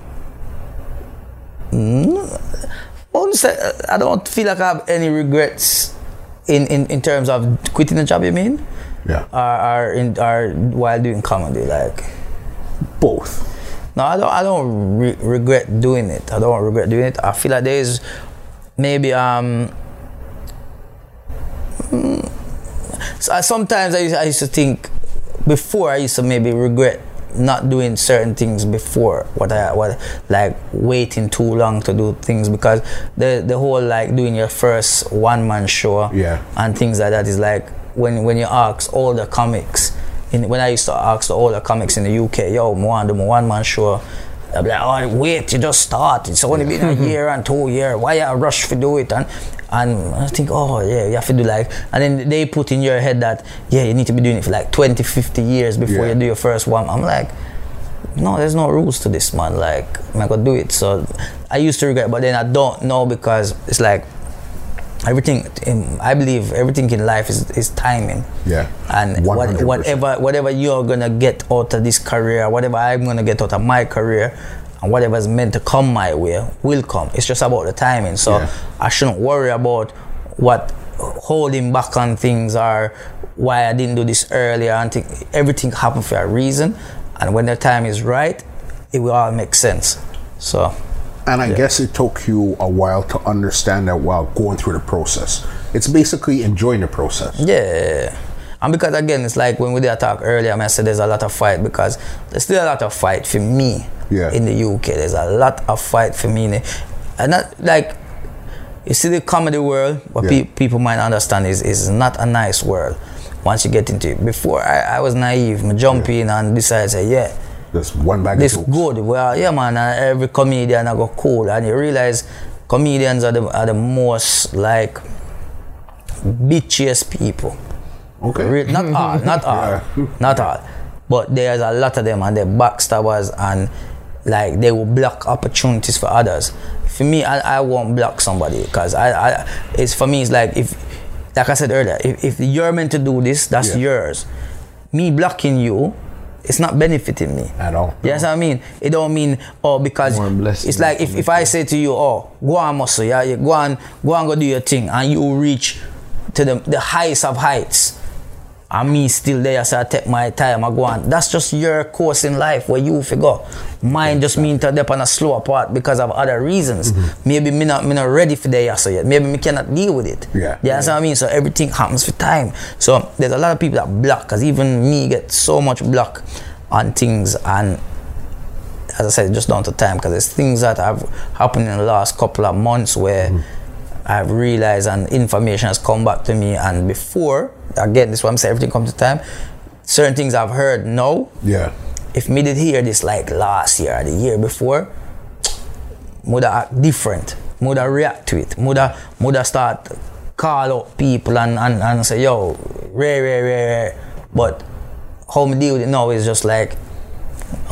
Speaker 2: uh, I- I don't feel like I have any regrets in, in, in terms of quitting the job. You mean,
Speaker 1: Yeah.
Speaker 2: or, or in or while doing comedy? Like,
Speaker 1: Both.
Speaker 2: no, I don't. I don't re- regret doing it. I don't regret doing it. I feel like there is maybe um. mm, so I- Sometimes I used, I used to think before I used to maybe regret not doing certain things before what I what like waiting too long to do things because the the whole like doing your first one man show
Speaker 1: Yeah.
Speaker 2: and things like that is like when when you ask all the comics in when I used to ask all the older comics in the UK yo I want to do one man show I'd be like oh wait you just start it's only been a year and two year why you rush to do it and and I think, oh yeah, you have to do like, and then they put in your head that, yeah, you need to be doing it for like 20, 50 years before
Speaker 1: Yeah.
Speaker 2: you do your first one. I'm like, no, there's no rules to this, man. Like, I could do it. So I used to regret, but then I don't know because it's like everything. In, I believe everything in life is, is timing.
Speaker 1: Yeah.
Speaker 2: And what,
Speaker 1: 100%.
Speaker 2: whatever whatever you're gonna get out of this career, whatever I'm gonna get out of my career, and whatever's meant to come my way will come. It's just about the timing. So
Speaker 1: Yeah.
Speaker 2: I shouldn't worry about what holding back on things are, why I didn't do this earlier. And think everything happened for a reason, and when the time is right, it will all make sense. So
Speaker 1: And I guess it took you a while to understand that while going through the process. It's basically enjoying the process.
Speaker 2: Yeah. And because again, it's like when we did a talk earlier, I, mean, I said there's a lot of fight because there's still a lot of fight for me
Speaker 1: Yeah.
Speaker 2: in the UK. There's a lot of fight for me. in the- And not like, you see the comedy world, what
Speaker 1: Yeah.
Speaker 2: pe- people might not understand is is not a nice world once you get into it. Before, I, I was naive, I jump in and decide, say, yeah,
Speaker 1: This one bag
Speaker 2: this
Speaker 1: of jokes.
Speaker 2: good. Well, yeah, man. And every comedian I go cool, and you realize comedians are the are the most like bitchiest people.
Speaker 1: Okay.
Speaker 2: Re-
Speaker 1: *laughs*
Speaker 2: not all, not all, not all. But there's a lot of them, and they're backstabbers, and like they will block opportunities for others. For me, I, I won't block somebody because I, I, it's for me, it's like if, like I said earlier, if, if you're meant to do this, that's
Speaker 1: Yeah.
Speaker 2: yours. Me blocking you, it's not benefiting me.
Speaker 1: At all.
Speaker 2: You understand what I mean? It don't mean oh because
Speaker 3: More blessing
Speaker 2: it's like if, if I say to you, oh, go on muscle, yeah, yeah, go on, go on go do your thing and you reach to the the highest of heights. And me still there, so I take my time, I go on. That's just your course in life where you figure. Mine just mean to dip on a slower part because of other reasons. Maybe me not, me not ready for the so yet. Maybe me cannot deal with it.
Speaker 1: Yeah.
Speaker 2: You understand what I mean? So everything happens with time. So there's a lot of people that block, because even me get so much block on things and as I said, just down to time because there's things that have happened in the last couple of months where I've realized and information has come back to me. And before, again, this is what I'm saying, everything comes to time. Certain things I've heard no.
Speaker 1: Yeah.
Speaker 2: If me did hear this like last year or the year before, would act different, would react to it, would would start call out people and, and, and say, yo, rare, rare, rare, rare. But how me deal with it now is just like,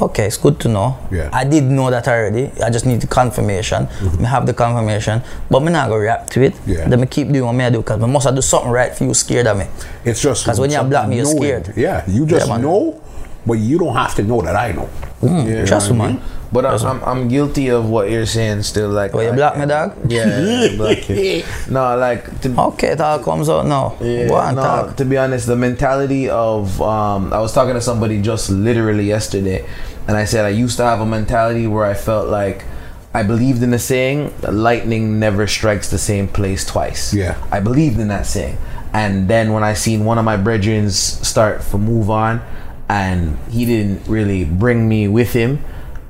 Speaker 2: okay, it's good to know.
Speaker 1: Yeah. Mm-hmm.
Speaker 2: I did know that already. I just need the confirmation. Me have the confirmation, but me not gonna react to it.
Speaker 1: Yeah.
Speaker 2: Then me keep doing what me I do because me must have do something right for you scared of me.
Speaker 1: It's just
Speaker 2: 'Cause when you're black, you're
Speaker 1: knowing.
Speaker 2: scared.
Speaker 1: Yeah, Hmm, you just
Speaker 2: Yeah, man.
Speaker 1: know, but you don't have to know that I know.
Speaker 2: Mm, trust me, man.
Speaker 3: But I, I'm I'm guilty of what you're saying. Still,
Speaker 1: Oh,
Speaker 3: like,
Speaker 2: Well, you
Speaker 3: I-
Speaker 2: block me, dog?
Speaker 3: Yeah,
Speaker 1: *laughs*
Speaker 3: yeah, block you. No, like to,
Speaker 2: Okay, it all comes out now.
Speaker 3: Yeah,
Speaker 2: Go on,
Speaker 3: no,
Speaker 2: talk.
Speaker 3: to be honest, the mentality of um, I was talking to somebody just literally yesterday, and I said I used to have a mentality where I felt like I believed in the saying lightning never strikes the same place twice.
Speaker 1: Yeah.
Speaker 3: I believed in that saying, and then when I seen one of my brethrens start for move on, and he didn't really bring me with him,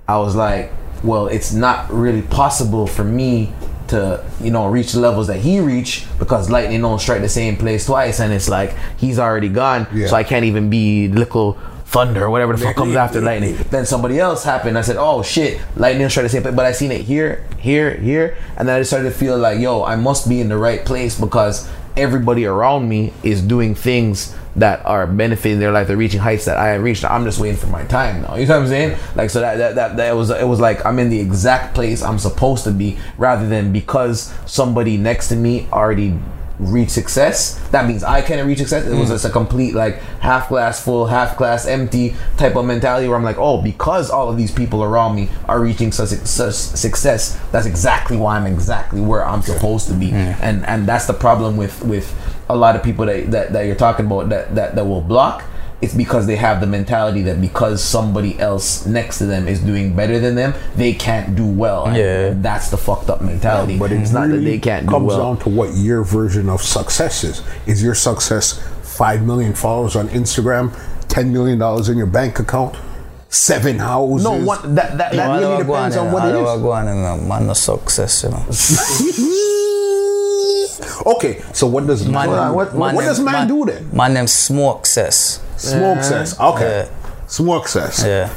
Speaker 3: I was like, well, it's not really possible for me to you know reach the levels that he reached because lightning don't strike the same place twice and it's like he's already gone
Speaker 1: Yeah.
Speaker 3: so i can't even be little thunder or whatever the fuck comes after lightning then somebody else happened i said oh shit lightning strike the same place but i seen it here here here and then i just started to feel like yo i must be in the right place because everybody around me is doing things that are benefiting their life they're reaching heights that i haven't reached i'm just waiting for my time now you know what i'm saying like so that that, that, that was it was like i'm in the exact place i'm supposed to be rather than because somebody next to me already reach success that means i can't reach success it was
Speaker 1: Hmm.
Speaker 3: just a complete like half glass full half glass empty type of mentality where i'm like oh because all of these people around me are reaching such, such success that's exactly why i'm exactly where i'm supposed to be
Speaker 1: Hmm.
Speaker 3: and and that's the problem with with a lot of people that that, that you're talking about that, that that will block it's because they have the mentality that because somebody else next to them is doing better than them they can't do well And
Speaker 2: Yeah.
Speaker 3: that's the fucked up mentality
Speaker 1: But
Speaker 3: but
Speaker 1: it
Speaker 3: it's not that
Speaker 1: really
Speaker 3: they can't do
Speaker 1: comes
Speaker 3: well
Speaker 1: down to what your version of success is. Is your success five million followers on Instagram, ten million dollars in your bank account, seven houses.
Speaker 3: No, what that that, that
Speaker 2: All
Speaker 3: really
Speaker 2: over go
Speaker 3: depends
Speaker 2: on,
Speaker 3: on
Speaker 2: you know,
Speaker 3: what
Speaker 2: all
Speaker 3: it
Speaker 2: over
Speaker 3: is.
Speaker 2: go on, you know, man, no success, you know.
Speaker 1: *laughs* okay, so what does man,
Speaker 2: them-
Speaker 1: what, what,
Speaker 2: them-
Speaker 1: does man, Uh, do then?
Speaker 2: Man, them smoke cess.
Speaker 1: Smoke says. Okay. Smoke says.
Speaker 2: Yeah.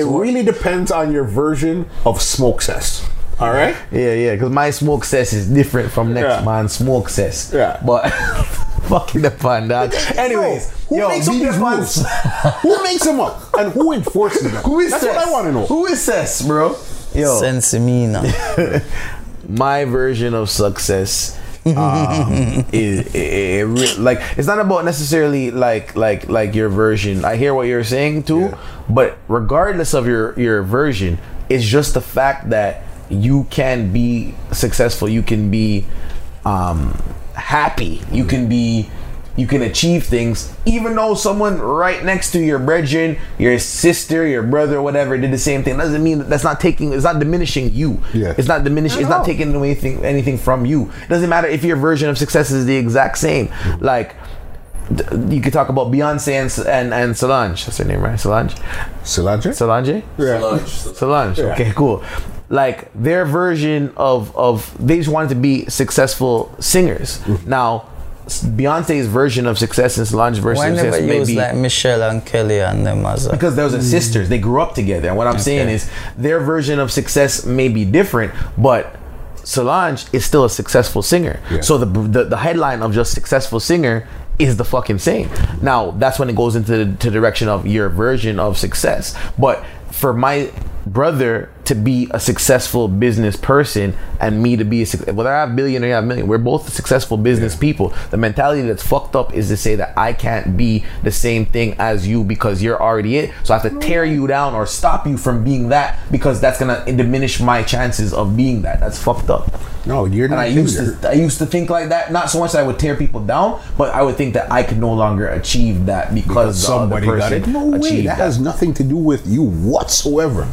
Speaker 1: It really depends on your version of smoke says. All right?
Speaker 3: Yeah, yeah, because my smoke cess is different from next
Speaker 1: Yeah.
Speaker 3: man's smoke cess.
Speaker 1: Yeah.
Speaker 3: but *laughs* fucking the pan dog. Anyways,
Speaker 1: Yo, who
Speaker 3: yo,
Speaker 1: makes up
Speaker 3: these
Speaker 1: these
Speaker 3: rules.
Speaker 1: rules? *laughs* who makes them up and who enforces them?
Speaker 3: *laughs* Who is
Speaker 1: That's
Speaker 3: cess?
Speaker 1: what I want to know.
Speaker 3: Who is cess, bro? Yo,
Speaker 2: Sensimina.
Speaker 3: my version of success um, is, i- i- re- like it's not about necessarily like like like your version. I hear what you're saying too, but regardless of your your version, it's just the fact that you can be successful. You can be um, happy. You can be you can achieve things even though someone right next to your brethren your sister your brother whatever did the same thing doesn't mean that that's not taking it's not diminishing you
Speaker 1: Yeah.
Speaker 3: it's not diminishing it's
Speaker 1: all.
Speaker 3: not taking away anything, anything from you doesn't matter if your version of success is the exact same
Speaker 1: Mm.
Speaker 3: like th- you could talk about Beyonce and, S- and and Solange. That's her name, right? Solange.
Speaker 1: Cilantro?
Speaker 3: Solange.
Speaker 1: Yeah.
Speaker 3: Solange.
Speaker 1: Yeah.
Speaker 3: Okay, cool. Like their version of of they just wanted to be successful singers.
Speaker 1: Mm.
Speaker 3: Now, s- Beyonce's version of success and Solange's version
Speaker 2: Why
Speaker 3: of
Speaker 2: never
Speaker 3: success
Speaker 2: use
Speaker 3: maybe
Speaker 2: like Michelle and Kelly and them as a, *laughs*
Speaker 3: because those are sisters. They grew up together. And what I'm saying is their version of success may be different, but Solange is still a successful singer.
Speaker 1: Yeah.
Speaker 3: So the, the the headline of just successful singer is the fucking same. Now that's when it goes into the to direction of your version of success. But for my brother to be a successful business person and me to be a suc- whether I have billion or you have million, we're both successful business people. The mentality that's fucked up is to say that I can't be the same thing as you because you're already it. So I have to tear you down or stop you from being that because that's gonna diminish my chances of being that. That's fucked up.
Speaker 1: No, you're
Speaker 3: And
Speaker 1: not
Speaker 3: I
Speaker 1: doing
Speaker 3: used to I used to think like that. Not so much that I would tear people down, but I would think that I could no longer achieve that because,
Speaker 1: somebody
Speaker 3: the other
Speaker 1: got
Speaker 3: person
Speaker 1: it. No way.
Speaker 3: achieved
Speaker 1: That has nothing to do with you whatsoever.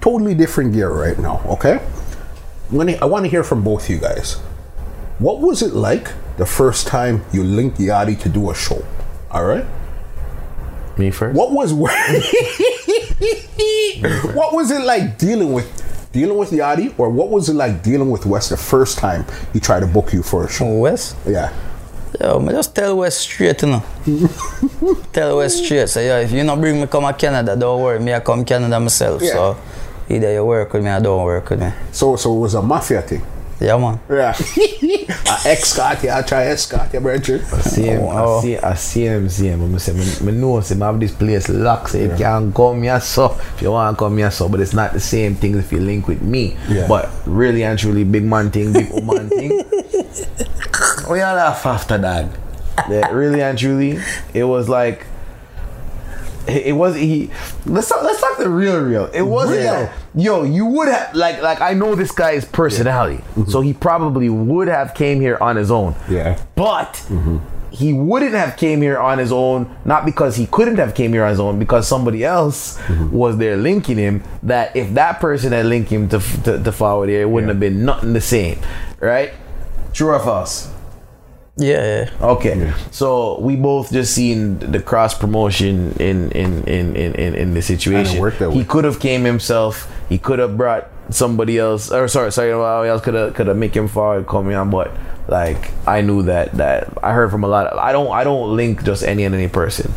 Speaker 1: Totally different gear right now. Okay. I'm gonna- I want to hear from both you guys. What was it like the first time you linked Yadi to do a show? All right.
Speaker 3: Me first.
Speaker 1: What was *laughs* what was it like dealing with dealing with Yadi, or what was it like dealing with West the first time he tried to book you for a show?
Speaker 2: West.
Speaker 1: Yeah.
Speaker 2: Yo, me just tell West straight, you know. tell West straight. Say, yo, if you not bring me come to Canada, don't worry. Me, I come Canada myself.
Speaker 1: Yeah.
Speaker 2: So either you work with me or don't work with me.
Speaker 1: So so it was a mafia thing.
Speaker 2: Yeah, man.
Speaker 3: *laughs*
Speaker 1: Yeah. I ex-Scott, yeah, I try ex-Scott, yeah, Bridget.
Speaker 3: CM,
Speaker 2: Oh.
Speaker 3: I see, I see him, see him. I'm say, me, me know, say, me have this place locked. Say, if you can come here, so if you want to come here, so. But it's not the same thing if you link with me.
Speaker 1: Yeah.
Speaker 3: But really and truly, big man thing, big woman thing.
Speaker 1: *laughs*
Speaker 3: we all laugh after that. Yeah, really and truly, it was like. It it was he. Let's talk, let's talk the real real. It wasn't
Speaker 1: Real.
Speaker 3: that- yo. You would have like like I know this guy's personality, so he probably would have came here on his own
Speaker 1: Yeah.
Speaker 3: but he wouldn't have came here on his own not because he couldn't have came here on his own because somebody else was there linking him that if that person had linked him to, f- to, to forward here it wouldn't have been nothing the same right true or false
Speaker 2: Yeah, yeah.
Speaker 3: Okay, so we both just seen the cross promotion in in in in in, in the situation.
Speaker 1: worked that way.
Speaker 3: He could have came himself. He could have brought somebody else, or sorry, sorry, somebody else could have could have make him forward, call me on. But like I knew that that I heard from a lot. Of, I don't I don't link just any and any person.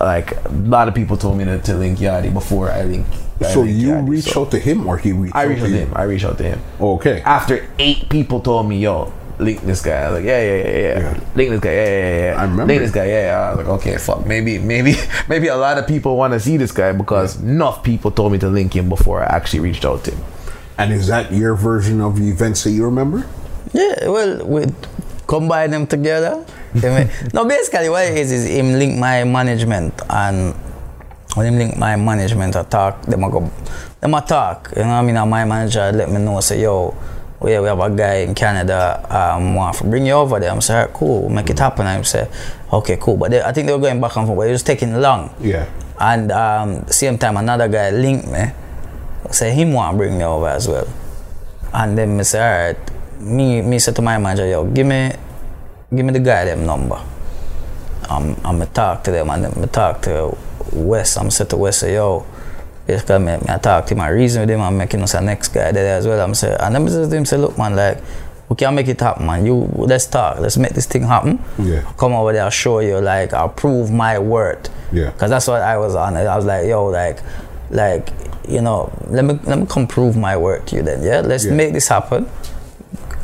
Speaker 3: Like a lot of people told me to, to link Yadi before I link. I
Speaker 1: So
Speaker 3: link
Speaker 1: you
Speaker 3: Yachty,
Speaker 1: reach
Speaker 3: so
Speaker 1: out to him, Oh, or he reached
Speaker 3: I
Speaker 1: out
Speaker 3: reached out
Speaker 1: to
Speaker 3: to
Speaker 1: you?
Speaker 3: him. I reached out to him
Speaker 1: Okay.
Speaker 3: after eight people told me, yo, link this guy. I was like, yeah, yeah, yeah, yeah.
Speaker 1: Yeah.
Speaker 3: Link this guy, yeah, yeah, yeah, yeah.
Speaker 1: I remember.
Speaker 3: Link this guy, yeah, yeah. I was like, okay, fuck. Maybe, maybe, *laughs* maybe a lot of people want to see this guy because enough people told me to link him before I actually reached out to him.
Speaker 1: And is that your version of the events that you remember?
Speaker 2: Yeah, well, we combine them together. They may- no, basically what it is is him link my management and when him link my management I talk, them I go them I talk. You know what I mean? And my manager let me know say, yo, we we have a guy in Canada, um want to bring you over there. I'm say, "Alright, cool, make it happen. I'm say, okay, cool. But they, I think they were going back and forth, but it was taking long.
Speaker 1: Yeah.
Speaker 2: And um, same time, another guy linked me. Say him want bring me over as well. And then me say, all right, me me say to my manager, yo, give me, give me the guy them number. Um, I'm gonna talk to them and then me talk to Wes. I'm say to Wes, say, yo, Just because me, me I talk to him, I reason with him, I'm making us a next guy there as well. I'm say, and then I say to him, say, look, man, like, we can make it happen, man. You let's talk, let's make this thing happen.
Speaker 1: Yeah.
Speaker 2: Come over there, I'll show you, like, I'll prove my worth.
Speaker 1: Yeah.
Speaker 2: Cause that's what I was on. I was like, yo, like, like, you know, let me let me come prove my worth to you then. Yeah, let's
Speaker 1: Yeah.
Speaker 2: make this happen.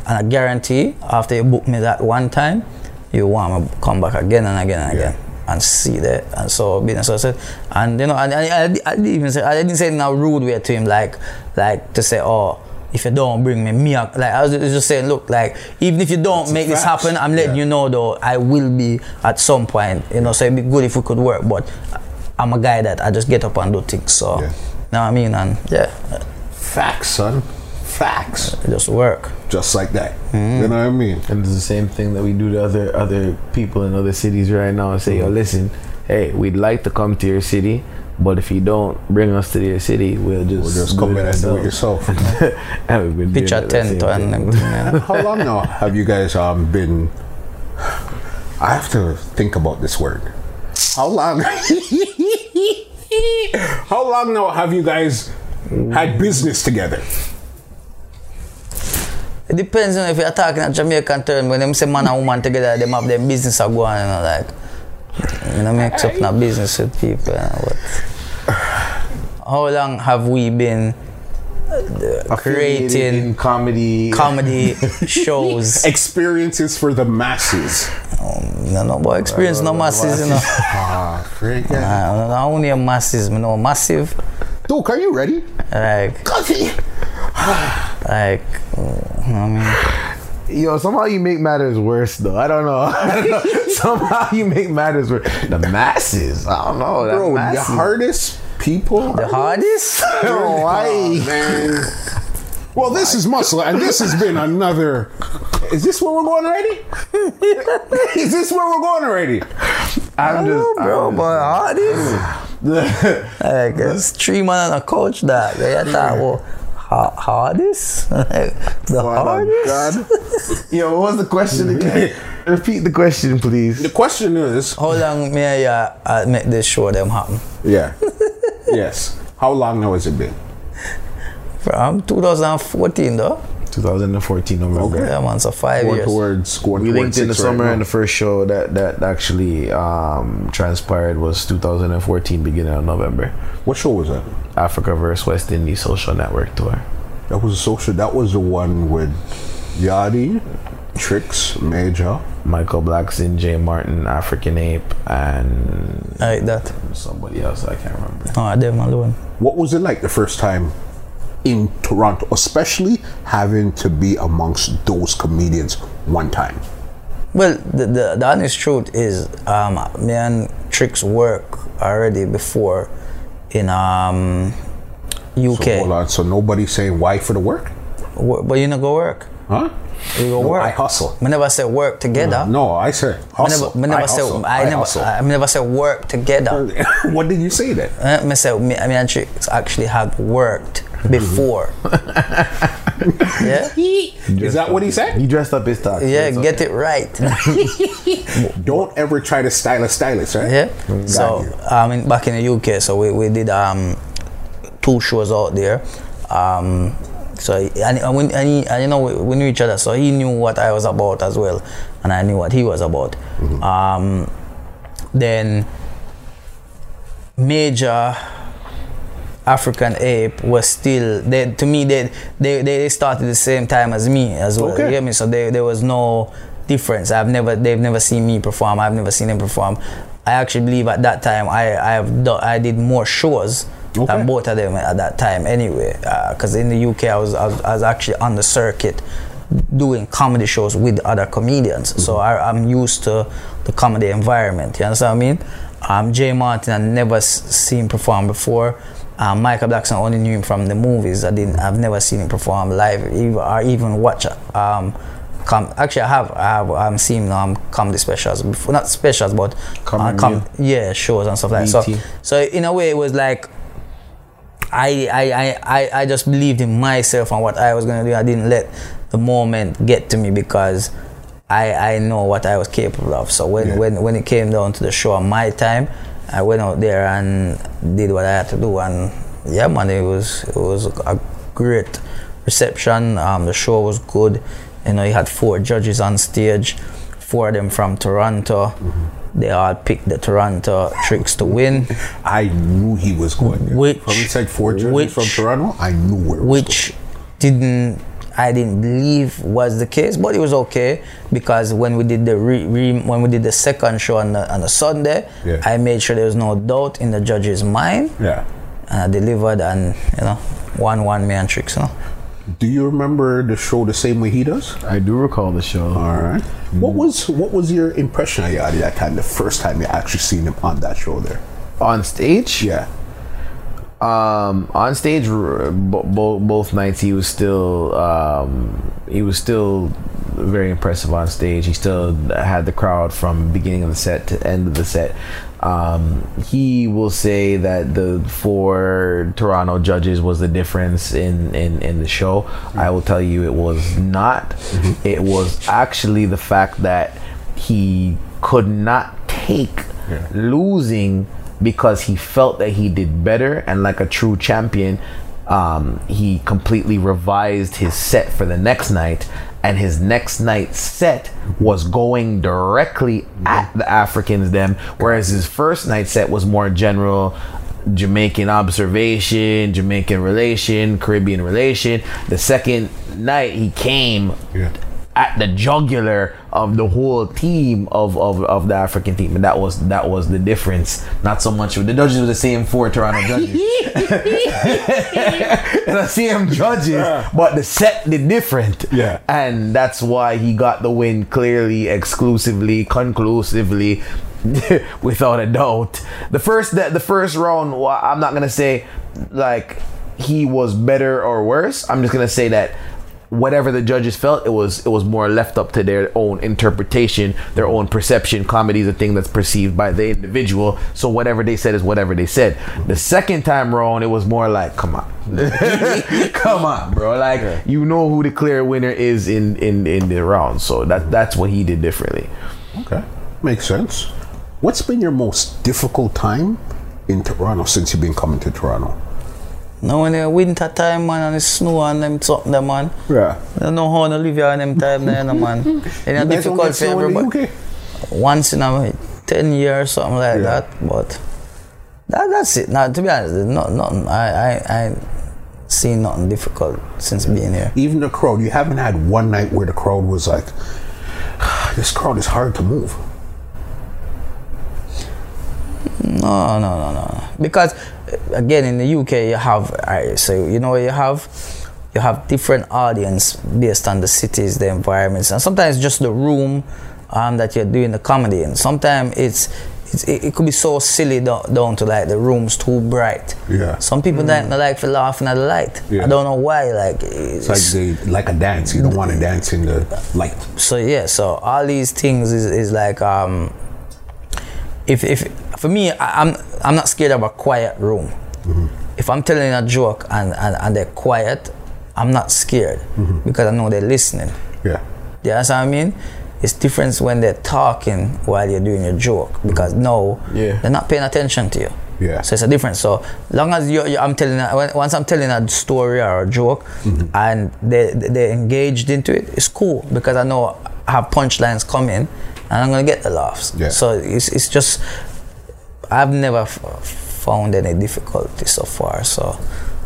Speaker 2: And I guarantee after you book me that one time, you want to come back again and again and
Speaker 1: Yeah.
Speaker 2: again and see that. And so being so I said, and you know, and, and I, I didn't even say I didn't say it in a rude way to him, like like to say, oh, if you don't bring me me, a-" like I was just saying, look, like even if you don't make this
Speaker 1: facts.
Speaker 2: happen, I'm letting
Speaker 1: Yeah.
Speaker 2: you know though, I will be at some point. You know, so it'd be good if we could work, but I'm a guy that I just get up and do things. So,
Speaker 1: Yeah.
Speaker 2: you know what I mean? And yeah,
Speaker 1: Facts, son. Facts.
Speaker 2: I just work.
Speaker 1: Just like that.
Speaker 3: Mm.
Speaker 1: You know what I mean?
Speaker 3: And it's the same thing that we do to other other people in other cities right now and say, yo, listen, hey, we'd like to come to your city, but if you don't bring us to your city, we'll just,
Speaker 1: We'll just
Speaker 3: do
Speaker 1: come in and do it
Speaker 3: ourselves."
Speaker 1: yourself.
Speaker 3: *laughs* and we've been doing
Speaker 2: Picture
Speaker 3: that the same
Speaker 2: tent and
Speaker 3: thing.
Speaker 1: *laughs*
Speaker 2: everything. yeah.
Speaker 1: How long now have you guys um, been? I have to think about this word. How long? *laughs* How long now have you guys had business together?
Speaker 2: It depends, you know, if you're talking at Jamaican term, when them say man and woman together, them have their business are going, you know, like, you know, mix up na business with people. You know, but *sighs* how long have we been uh,
Speaker 3: Affiliated in
Speaker 2: creating
Speaker 3: comedy.
Speaker 2: comedy shows?
Speaker 1: Experiences for the masses.
Speaker 2: No, no, but experience no masses, you know.
Speaker 1: Ah, freak. yeah.
Speaker 2: I don't know, only a masses, you know, massive,
Speaker 1: Duke, are you ready?
Speaker 2: like,
Speaker 1: Coffee.
Speaker 2: like, you know what I mean?
Speaker 3: Yo, somehow you make matters worse though. I don't know. I *laughs* don't know. somehow you make matters worse. The masses. I don't know. That
Speaker 1: Bro, the
Speaker 3: masses.
Speaker 1: hardest people.
Speaker 3: *laughs*
Speaker 2: The hardest?
Speaker 1: Oh, man. Well, this is Muscle, and this has been another. Is this where we're going already? *laughs* is this where we're going already?
Speaker 3: I'm
Speaker 2: *laughs*
Speaker 3: just,
Speaker 2: Bro,
Speaker 3: I'm
Speaker 2: but hardest? Like, it's three man and a coach that. Yeah, I thought, well, ha- hardest? *laughs* the hardest?
Speaker 3: Yo, what was the *laughs* question again? Repeat the question, please.
Speaker 1: The question is,
Speaker 2: How long may I uh, make this show them happen?
Speaker 1: yeah, *laughs* yes. How long now has it been?
Speaker 2: From 2014 though.
Speaker 3: 2014 November.
Speaker 1: Okay.
Speaker 2: Yeah, man, so five
Speaker 1: Going
Speaker 2: years.
Speaker 1: towards going
Speaker 3: We
Speaker 1: towards
Speaker 3: linked in the
Speaker 1: six right
Speaker 3: summer,
Speaker 1: now.
Speaker 3: and the first show that that actually um, transpired was 2014, beginning of November.
Speaker 1: what show was that?
Speaker 3: Africa versus West Indies Social Network tour.
Speaker 1: That was a social. That was the one with Yadi, Tricks, Major.
Speaker 3: Michael Blackson, Jay Martin, African Ape, and
Speaker 2: Like that.
Speaker 3: somebody else I can't remember.
Speaker 2: Oh, them alone.
Speaker 1: What was it like the first time in Toronto, especially having to be amongst those comedians one time?
Speaker 2: Well, the, the, the honest truth is, um, me and Trick's work already before in um, UK.
Speaker 1: Hold on, so nobody's saying why for the work?
Speaker 2: Wo- but you not go work.
Speaker 1: Huh?
Speaker 2: You go
Speaker 1: No,
Speaker 2: work.
Speaker 1: I hustle.
Speaker 2: I never said work together.
Speaker 1: No, I said
Speaker 2: I never,
Speaker 1: hustle.
Speaker 2: me never
Speaker 1: I
Speaker 2: said
Speaker 1: hustle.
Speaker 2: I, never
Speaker 1: hustle.
Speaker 2: I, me never said work together.
Speaker 1: *laughs* what did you say then?
Speaker 2: Eh, me say me, me and Tricks actually had worked
Speaker 1: Mm-hmm. *laughs*
Speaker 2: before. yeah,
Speaker 1: Is that what he said?
Speaker 3: He dressed up his talk.
Speaker 2: yeah, get it right.
Speaker 1: *laughs* Don't ever try to style a stylist, right?
Speaker 2: Yeah. So I mean, back in the UK, so we, we did um two shows out there. Um, so and and, when, and, he, and you know we, we knew each other, so he knew what I was about as well, and I knew what he was about. Um, then major African ape was still they to me they they they started the same time as me as well.
Speaker 1: Okay.
Speaker 2: You get me? So there there was no difference. I've never they've never seen me perform. I've never seen them perform. I actually believe at that time I I have done, I did more shows
Speaker 1: Okay.
Speaker 2: than both of them at that time anyway. Because in the UK I was, I was I was actually on the circuit doing comedy shows with other comedians. So
Speaker 1: Mm-hmm.
Speaker 2: I, I'm used to the comedy environment. You understand what I mean? Um, Jay Martin I never s- seen perform before. Um, Michael Blackson only knew him from the movies. I didn't. I've never seen him perform live, even, or even watch. Um, com- actually, I have. I have. I'm seeing um, comedy specials before, not specials, but
Speaker 3: Comedy
Speaker 2: com- yeah, shows and stuff like that. So,
Speaker 3: BT.
Speaker 2: so in a way, it was like I, I, I, I, I just believed in myself and what I was gonna do. I didn't let the moment get to me because I, I know what I was capable of. So when,
Speaker 1: Yeah.
Speaker 2: when, when it came down to the show on my time, I went out there and did what I had to do and yeah, man, it was it was a great reception. Um, the show was good. You know, you had four judges on stage, four of them from Toronto. They all picked the Toronto tricks to win,
Speaker 1: I knew he was going there.
Speaker 2: Which-
Speaker 1: when we said four judges
Speaker 2: which-
Speaker 1: from Toronto, I knew where it was
Speaker 2: which didn't I didn't believe was the case, but it was okay because when we did the re, re, when we did the second show on the, on a Sunday,
Speaker 1: Yeah.
Speaker 2: I made sure there was no doubt in the judge's mind.
Speaker 1: going. Yeah.
Speaker 2: and I delivered and you know one one man tricks you know
Speaker 1: Do you remember the show the same way he does?
Speaker 3: I do recall the show.
Speaker 1: All right. What was what was your impression of Yadi that time? The first time you actually seen him on that show there?
Speaker 3: On stage?
Speaker 1: Yeah.
Speaker 3: um, on stage r- bo- bo- both nights he was still um, he was still very impressive on stage he still had the crowd from beginning of the set to end of the set um, he will say that the four Toronto judges was the difference in, in, in the show. I will tell you it was not. It was actually the fact that he could not take
Speaker 1: Yeah.
Speaker 3: losing because he felt that he did better and like a true champion um, he completely revised his set for the next night and his next night's set was going directly at the africans them whereas his first night set was more general jamaican observation jamaican relation caribbean relation the second night he came
Speaker 1: Yeah.
Speaker 3: at the jugular of the whole team of, of, of the African team, and that was that was the difference. Not so much the judges were the same four Toronto judges, and the same judges, but the set did different.
Speaker 1: Yeah.
Speaker 3: and that's why he got the win clearly, exclusively, conclusively, *laughs* without a doubt. The first that the first round, wa- I'm not gonna say like he was better or worse. I'm just gonna say that whatever the judges felt it was it was more left up to their own interpretation their own perception comedy is a thing that's perceived by the individual so whatever they said is whatever they said the second time round it was more like come on *laughs* come on bro like you know who the clear winner is in in in the round so that that's what he did differently
Speaker 1: Okay, makes sense. What's been your most difficult time in Toronto since you've been coming to Toronto?
Speaker 2: now when the winter time man and the snow and them something them man
Speaker 1: Yeah.
Speaker 2: I don't know how to live here in them time there, you know, man. It's
Speaker 1: You guys don't
Speaker 2: difficult
Speaker 1: get
Speaker 2: for
Speaker 1: snow in the
Speaker 2: everybody.
Speaker 1: UK?
Speaker 2: Once in a ten years, something like
Speaker 1: Yeah.
Speaker 2: that. But that, that's it. Now, to be honest, there's not nothing. I I, I see nothing difficult since being here.
Speaker 1: Even the crowd, you haven't had one night where the crowd was like, *sighs* this crowd is hard to move.
Speaker 2: No, no, no, no. Because uh, again, in the UK, you have alright, so you know you have you have different audience based on the cities, the environments, and sometimes just the room um, that you're doing the comedy in. Sometimes it's, it's it, it could be so silly down, down to like the room's too bright.
Speaker 1: Yeah.
Speaker 2: Some people don't like for laughing at the light.
Speaker 1: Yeah.
Speaker 2: I don't know why. Like
Speaker 1: It's
Speaker 2: it's,
Speaker 1: like they like a dance. You don't want to dance in the light.
Speaker 2: so yeah so all these things is, is like um if if for me I, i'm i'm not scared of a quiet room if i'm telling a joke and and, and they're quiet i'm not scared because i know they're listening
Speaker 1: Yeah.
Speaker 2: you understand what i mean it's different when they're talking while you're doing your joke because no
Speaker 3: Yeah.
Speaker 2: they're not paying attention to you
Speaker 1: Yeah.
Speaker 2: so it's a difference so long as you, you i'm telling a- when- once i'm telling a story or a joke
Speaker 1: Mm-hmm.
Speaker 2: and they they- they're engaged into it it's cool because i know i have punchlines coming and i'm gonna get the laughs
Speaker 1: Yeah.
Speaker 2: so it's, it's just i've never f- found any difficulty so far so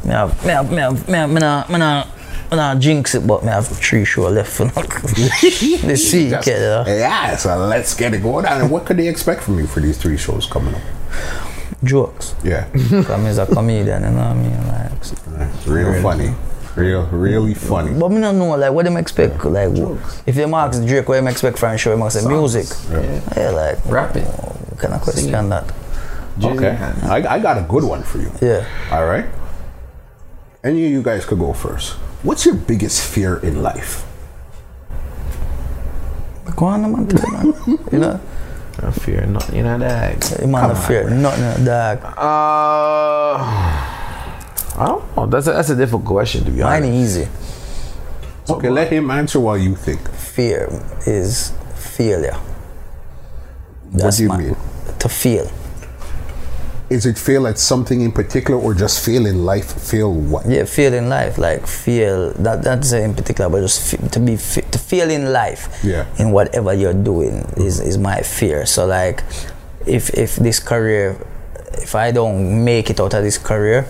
Speaker 2: me have, me have, me have, me have, me nah- me nah- me nah jinx it, but me have three show left. You know? the sea,
Speaker 1: That's-
Speaker 2: you know.
Speaker 1: yeah, so let's get it going on. And what could they expect from you for these three shows coming up?
Speaker 2: jokes.
Speaker 1: Yeah. *laughs*
Speaker 2: I'm as a comedian, you know what I mean? Like, so-
Speaker 1: Real funny. Real, really funny.
Speaker 2: But me don't know, like, what them expect? Like, if they ask Drake, what them expect from show, them say music.
Speaker 1: Yeah.
Speaker 2: Yeah, like,
Speaker 3: Rapping.
Speaker 2: what kind of question
Speaker 3: Singing.
Speaker 2: that?
Speaker 1: Okay. I, I got a good one for you.
Speaker 2: Yeah.
Speaker 1: All right. Any of you guys could go first. What's your biggest fear in life?
Speaker 2: Go on, man, tell me, man. you know?
Speaker 3: i fear not you know that
Speaker 2: You man, fear, nothing, no, dog.
Speaker 3: uh i don't know that's a, that's a difficult question to be
Speaker 2: Mine
Speaker 3: honest
Speaker 2: easy.
Speaker 1: Okay, let him answer while you think.
Speaker 2: Fear is failure.
Speaker 1: what do you
Speaker 2: my-
Speaker 1: mean?
Speaker 2: To fail.
Speaker 1: Is it fail at something in particular or just fail in life? Fail what?
Speaker 2: Yeah, feel in life, like feel that that's in particular, but just fe- to be fe- to feel in life,
Speaker 1: Yeah.
Speaker 2: in whatever you're doing is is my fear. So like, if if this career, if I don't make it out of this career,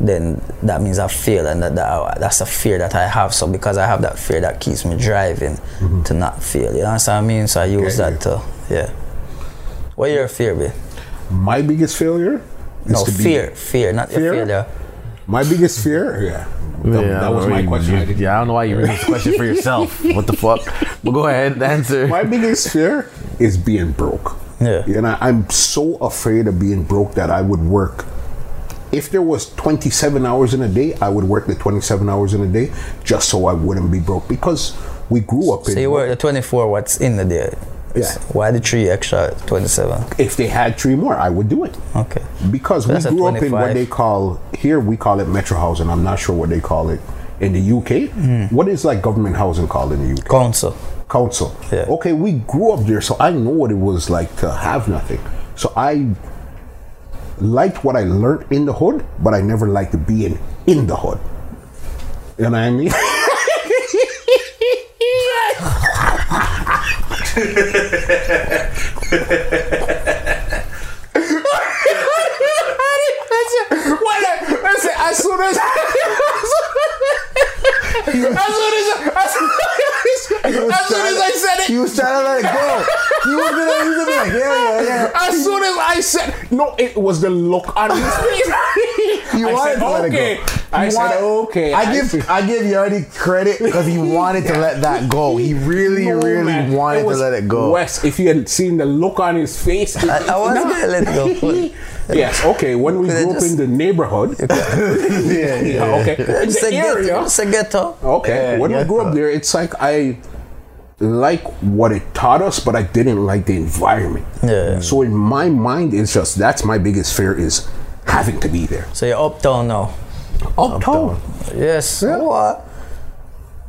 Speaker 2: then that means I fail, and that, that that's a fear that I have. So because I have that fear, that keeps me driving to not fail. You know what I mean? So I use
Speaker 1: Mm-hmm. Get
Speaker 2: that to yeah. What your fear be?
Speaker 1: My biggest failure is
Speaker 2: No
Speaker 1: to be-
Speaker 2: fear, fear, not
Speaker 1: Fear?
Speaker 2: your failure.
Speaker 1: My biggest fear? Yeah. That,
Speaker 3: Yeah,
Speaker 1: that was
Speaker 3: I
Speaker 1: my
Speaker 3: mean,
Speaker 1: question.
Speaker 3: you-
Speaker 1: I didn't-
Speaker 3: yeah, I don't know why you read this question for yourself. What the fuck? But go ahead, *laughs* answer.
Speaker 1: *laughs* My biggest fear is being broke.
Speaker 2: Yeah.
Speaker 1: And I, I'm so afraid of being broke that I would work. If there was 27 hours in a day, I would work the 27 hours in a day just so I wouldn't be broke because we grew up in.
Speaker 2: So you work the 24, what's in the day?
Speaker 1: Yeah.
Speaker 2: Why the three extra 27?
Speaker 1: If they had three more, I would do it.
Speaker 2: Okay.
Speaker 1: Because we
Speaker 2: That's a
Speaker 1: grew up in what
Speaker 2: 25.
Speaker 1: they call here we call it metro housing. I'm not sure what they call it in the UK.
Speaker 2: Hmm.
Speaker 1: What is like government housing called in the UK?
Speaker 2: Council.
Speaker 1: council.
Speaker 2: Yeah.
Speaker 1: Okay, we grew up there, so I know what it was like to have nothing. So I liked what I learned in the hood, but I never liked being in the hood. You know what I mean? *laughs* Listen, listen, as soon as *laughs* as soon as as soon as, as, soon as I said it,
Speaker 4: He was trying to let it go. He was gonna, he was gonna be like, yeah, yeah, yeah.
Speaker 1: as soon as I said no, it was the look on his face.
Speaker 4: *laughs* You
Speaker 1: I
Speaker 4: wanted
Speaker 1: said,
Speaker 4: to let it go.
Speaker 1: okay. I
Speaker 4: You
Speaker 1: said,
Speaker 4: want-
Speaker 1: okay.
Speaker 4: I
Speaker 1: I
Speaker 4: give
Speaker 1: see.
Speaker 4: I give Yardi credit because
Speaker 1: *laughs*
Speaker 4: he wanted to let that go. He really,
Speaker 1: No,
Speaker 4: really
Speaker 1: man.
Speaker 4: wanted to
Speaker 1: was
Speaker 4: let it go.
Speaker 1: Wes, if you had seen the look on his face,
Speaker 2: I, I was going to let go.
Speaker 1: *laughs* yes, okay. When we
Speaker 2: Could I
Speaker 1: grew up
Speaker 2: just-
Speaker 1: in the neighborhood,
Speaker 4: *laughs* Yeah, yeah.
Speaker 1: *laughs* yeah, okay, in
Speaker 2: It's
Speaker 1: the
Speaker 2: a ghetto.
Speaker 1: area, Oh.
Speaker 2: It's a ghetto.
Speaker 1: okay.
Speaker 4: Yeah,
Speaker 1: when we
Speaker 4: yeah.
Speaker 1: grew up there, it's like I like what it taught us, but I didn't like the environment.
Speaker 2: Yeah.
Speaker 1: So in my mind, it's just that's my biggest fear is having to be there.
Speaker 2: So you're uptown now.
Speaker 1: Uptown,
Speaker 2: Yes. Oh, uh,
Speaker 1: Yeah.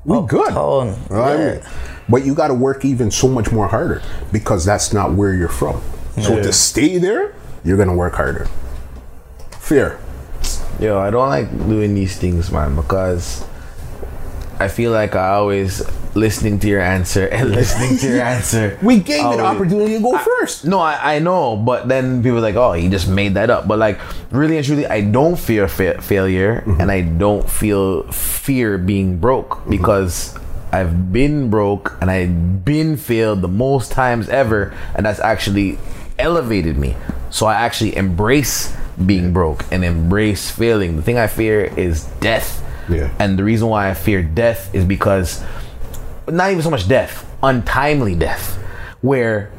Speaker 2: What?
Speaker 1: we good.
Speaker 2: Uptown.
Speaker 1: Right?
Speaker 2: Yeah.
Speaker 1: But you got to work even so much more harder because that's not where you're from. So to stay there, you're gonna work harder. Fear.
Speaker 3: Yo, I don't like doing these things, man, because I feel like I always listening to your
Speaker 4: *laughs*
Speaker 3: answer and listening to
Speaker 1: *laughs*
Speaker 3: your answer.
Speaker 1: We gave you the
Speaker 3: Always.
Speaker 1: opportunity to go first.
Speaker 3: No, Oh, I, I know, but then people are like, oh, he just made that up. But like, really and truly, I don't fear fa- failure,
Speaker 1: Mm-hmm.
Speaker 3: and I don't feel fear being broke because I've been broke and I've been failed the most times ever, and that's actually elevated me. So I actually embrace being broke and embrace failing. The thing I fear is death.
Speaker 1: Yeah.
Speaker 3: And the reason why I fear death is because not even so much death, untimely death, where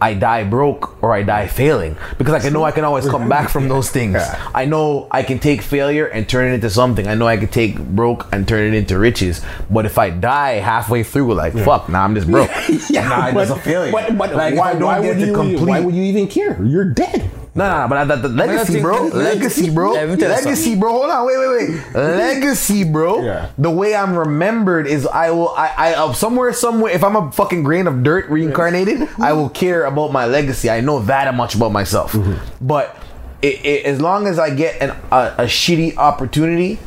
Speaker 3: I die broke or I die failing because I can know I can always come back from those
Speaker 1: *laughs*
Speaker 3: things. I know I can take failure and turn it into something. I know I can take broke and turn it into riches. But if I die halfway through, like fuck, nah, I'm just
Speaker 1: *laughs*
Speaker 3: broke. nah, I'm just a failure.
Speaker 1: But, but
Speaker 3: Like, if
Speaker 1: why,
Speaker 3: I don't
Speaker 1: why
Speaker 3: get
Speaker 1: would
Speaker 3: to
Speaker 1: you?
Speaker 3: complete-
Speaker 1: Why would you even care? You're dead.
Speaker 3: No, no, no, but I, the, the legacy,
Speaker 2: think-
Speaker 3: bro.
Speaker 2: let-
Speaker 3: Legacy, bro.
Speaker 2: let me tell you
Speaker 3: Legacy, bro. Hold on, wait, wait, wait. Legacy, bro.
Speaker 1: Yeah.
Speaker 3: The way I'm remembered is I will, I, I, uh, somewhere, somewhere. If I'm a fucking grain of dirt reincarnated, I will care about my legacy. I know that much about myself.
Speaker 1: Mm-hmm.
Speaker 3: But it, it, as long as I get an, a, a shitty opportunity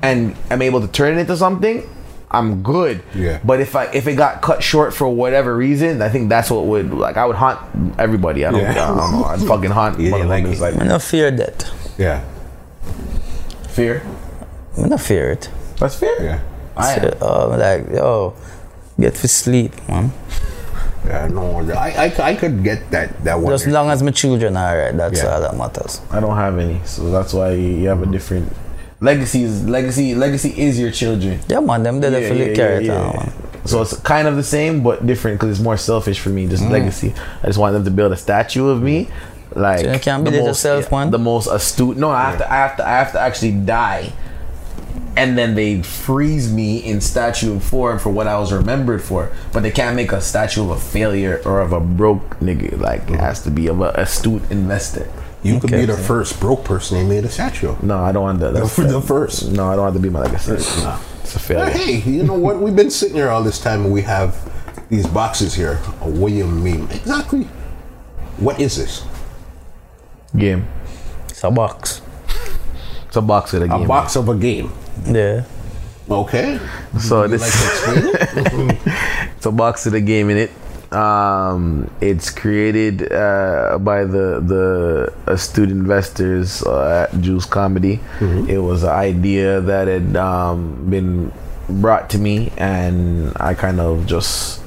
Speaker 3: and I'm able to turn it into something. I'm good,
Speaker 1: Yeah.
Speaker 3: but if I if it got cut short for whatever reason, I think that's what would like I would haunt everybody. I don't,
Speaker 1: Yeah.
Speaker 3: I don't know. I'd Oh, fucking haunt
Speaker 1: Yeah, like-
Speaker 3: motherfuckers.
Speaker 2: I no fear that.
Speaker 1: Yeah.
Speaker 3: Fear.
Speaker 2: I no fear it.
Speaker 3: That's fear.
Speaker 1: Yeah.
Speaker 3: I am.
Speaker 2: So, um, like, yo, get to sleep, man.
Speaker 1: Yeah. No. I, I, I could get that that one.
Speaker 2: Just as long as my children are alright, that's
Speaker 1: Yeah.
Speaker 2: all that matters.
Speaker 3: I don't have any, so that's why you have a different legacy. Is legacy? Legacy is your children.
Speaker 2: Yeah, man, them they definitely carry it on, man.
Speaker 3: So it's kind of the same, but different because it's more selfish for me. Just
Speaker 2: Mm.
Speaker 3: legacy. I just want them to build a statue of me, like
Speaker 2: So you can't build it yourself, man?
Speaker 3: the most astute. No, I have to. I have to. I have to actually die, and then they freeze me in statue form for what I was remembered for. But they can't make a statue of a failure or of a broke nigga. Like it has to be of an astute investor.
Speaker 1: you could be
Speaker 2: Okay.
Speaker 1: the first broke person they made a statue. *laughs* of.
Speaker 3: No, I don't want that. That's
Speaker 1: For the first.
Speaker 3: *laughs* No, I don't want to be my
Speaker 1: *laughs*
Speaker 3: legacy. It's a
Speaker 1: But
Speaker 3: failure.
Speaker 1: hey, you know what? We've been sitting here all this time and we have these boxes here. What do you mean? Exactly. What is this?
Speaker 3: Game.
Speaker 2: It's a box.
Speaker 3: It's a box of the
Speaker 1: A
Speaker 3: game.
Speaker 1: box of a game.
Speaker 2: Yeah.
Speaker 1: Okay. *laughs*
Speaker 3: So this
Speaker 1: Like explain
Speaker 2: *laughs*
Speaker 1: it?
Speaker 3: *laughs* it's a box of the game in it. Um, it's created uh, by the the astute investors uh, at Juice Comedy.
Speaker 1: Mm-hmm.
Speaker 3: It was an idea that had um, been brought to me, and I kind of just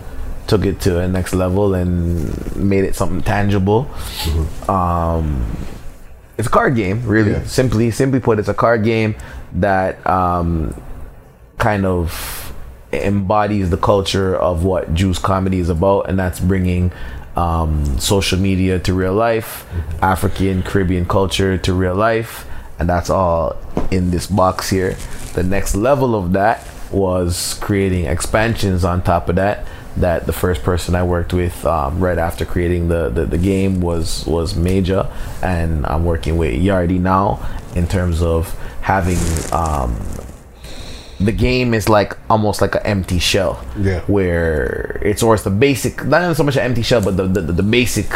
Speaker 3: took it to a next level and made it something tangible. Um, it's a card game, really.
Speaker 1: Mm-hmm. Yeah.
Speaker 3: Simply, simply put, it's a card game that um, kind of embodies the culture of what Juice comedy is about, and that's bringing um, social media to real life, African Caribbean culture to real life, and that's all in this box here. The next level of that was creating expansions on top of that. That the first person I worked with um, right after creating the, the, the game was was Major, and I'm working with Yardi now in terms of having um, the game is like almost like an empty shell.
Speaker 1: Yeah.
Speaker 3: Where it's or it's the basic not even so much an empty shell, but the the, the basic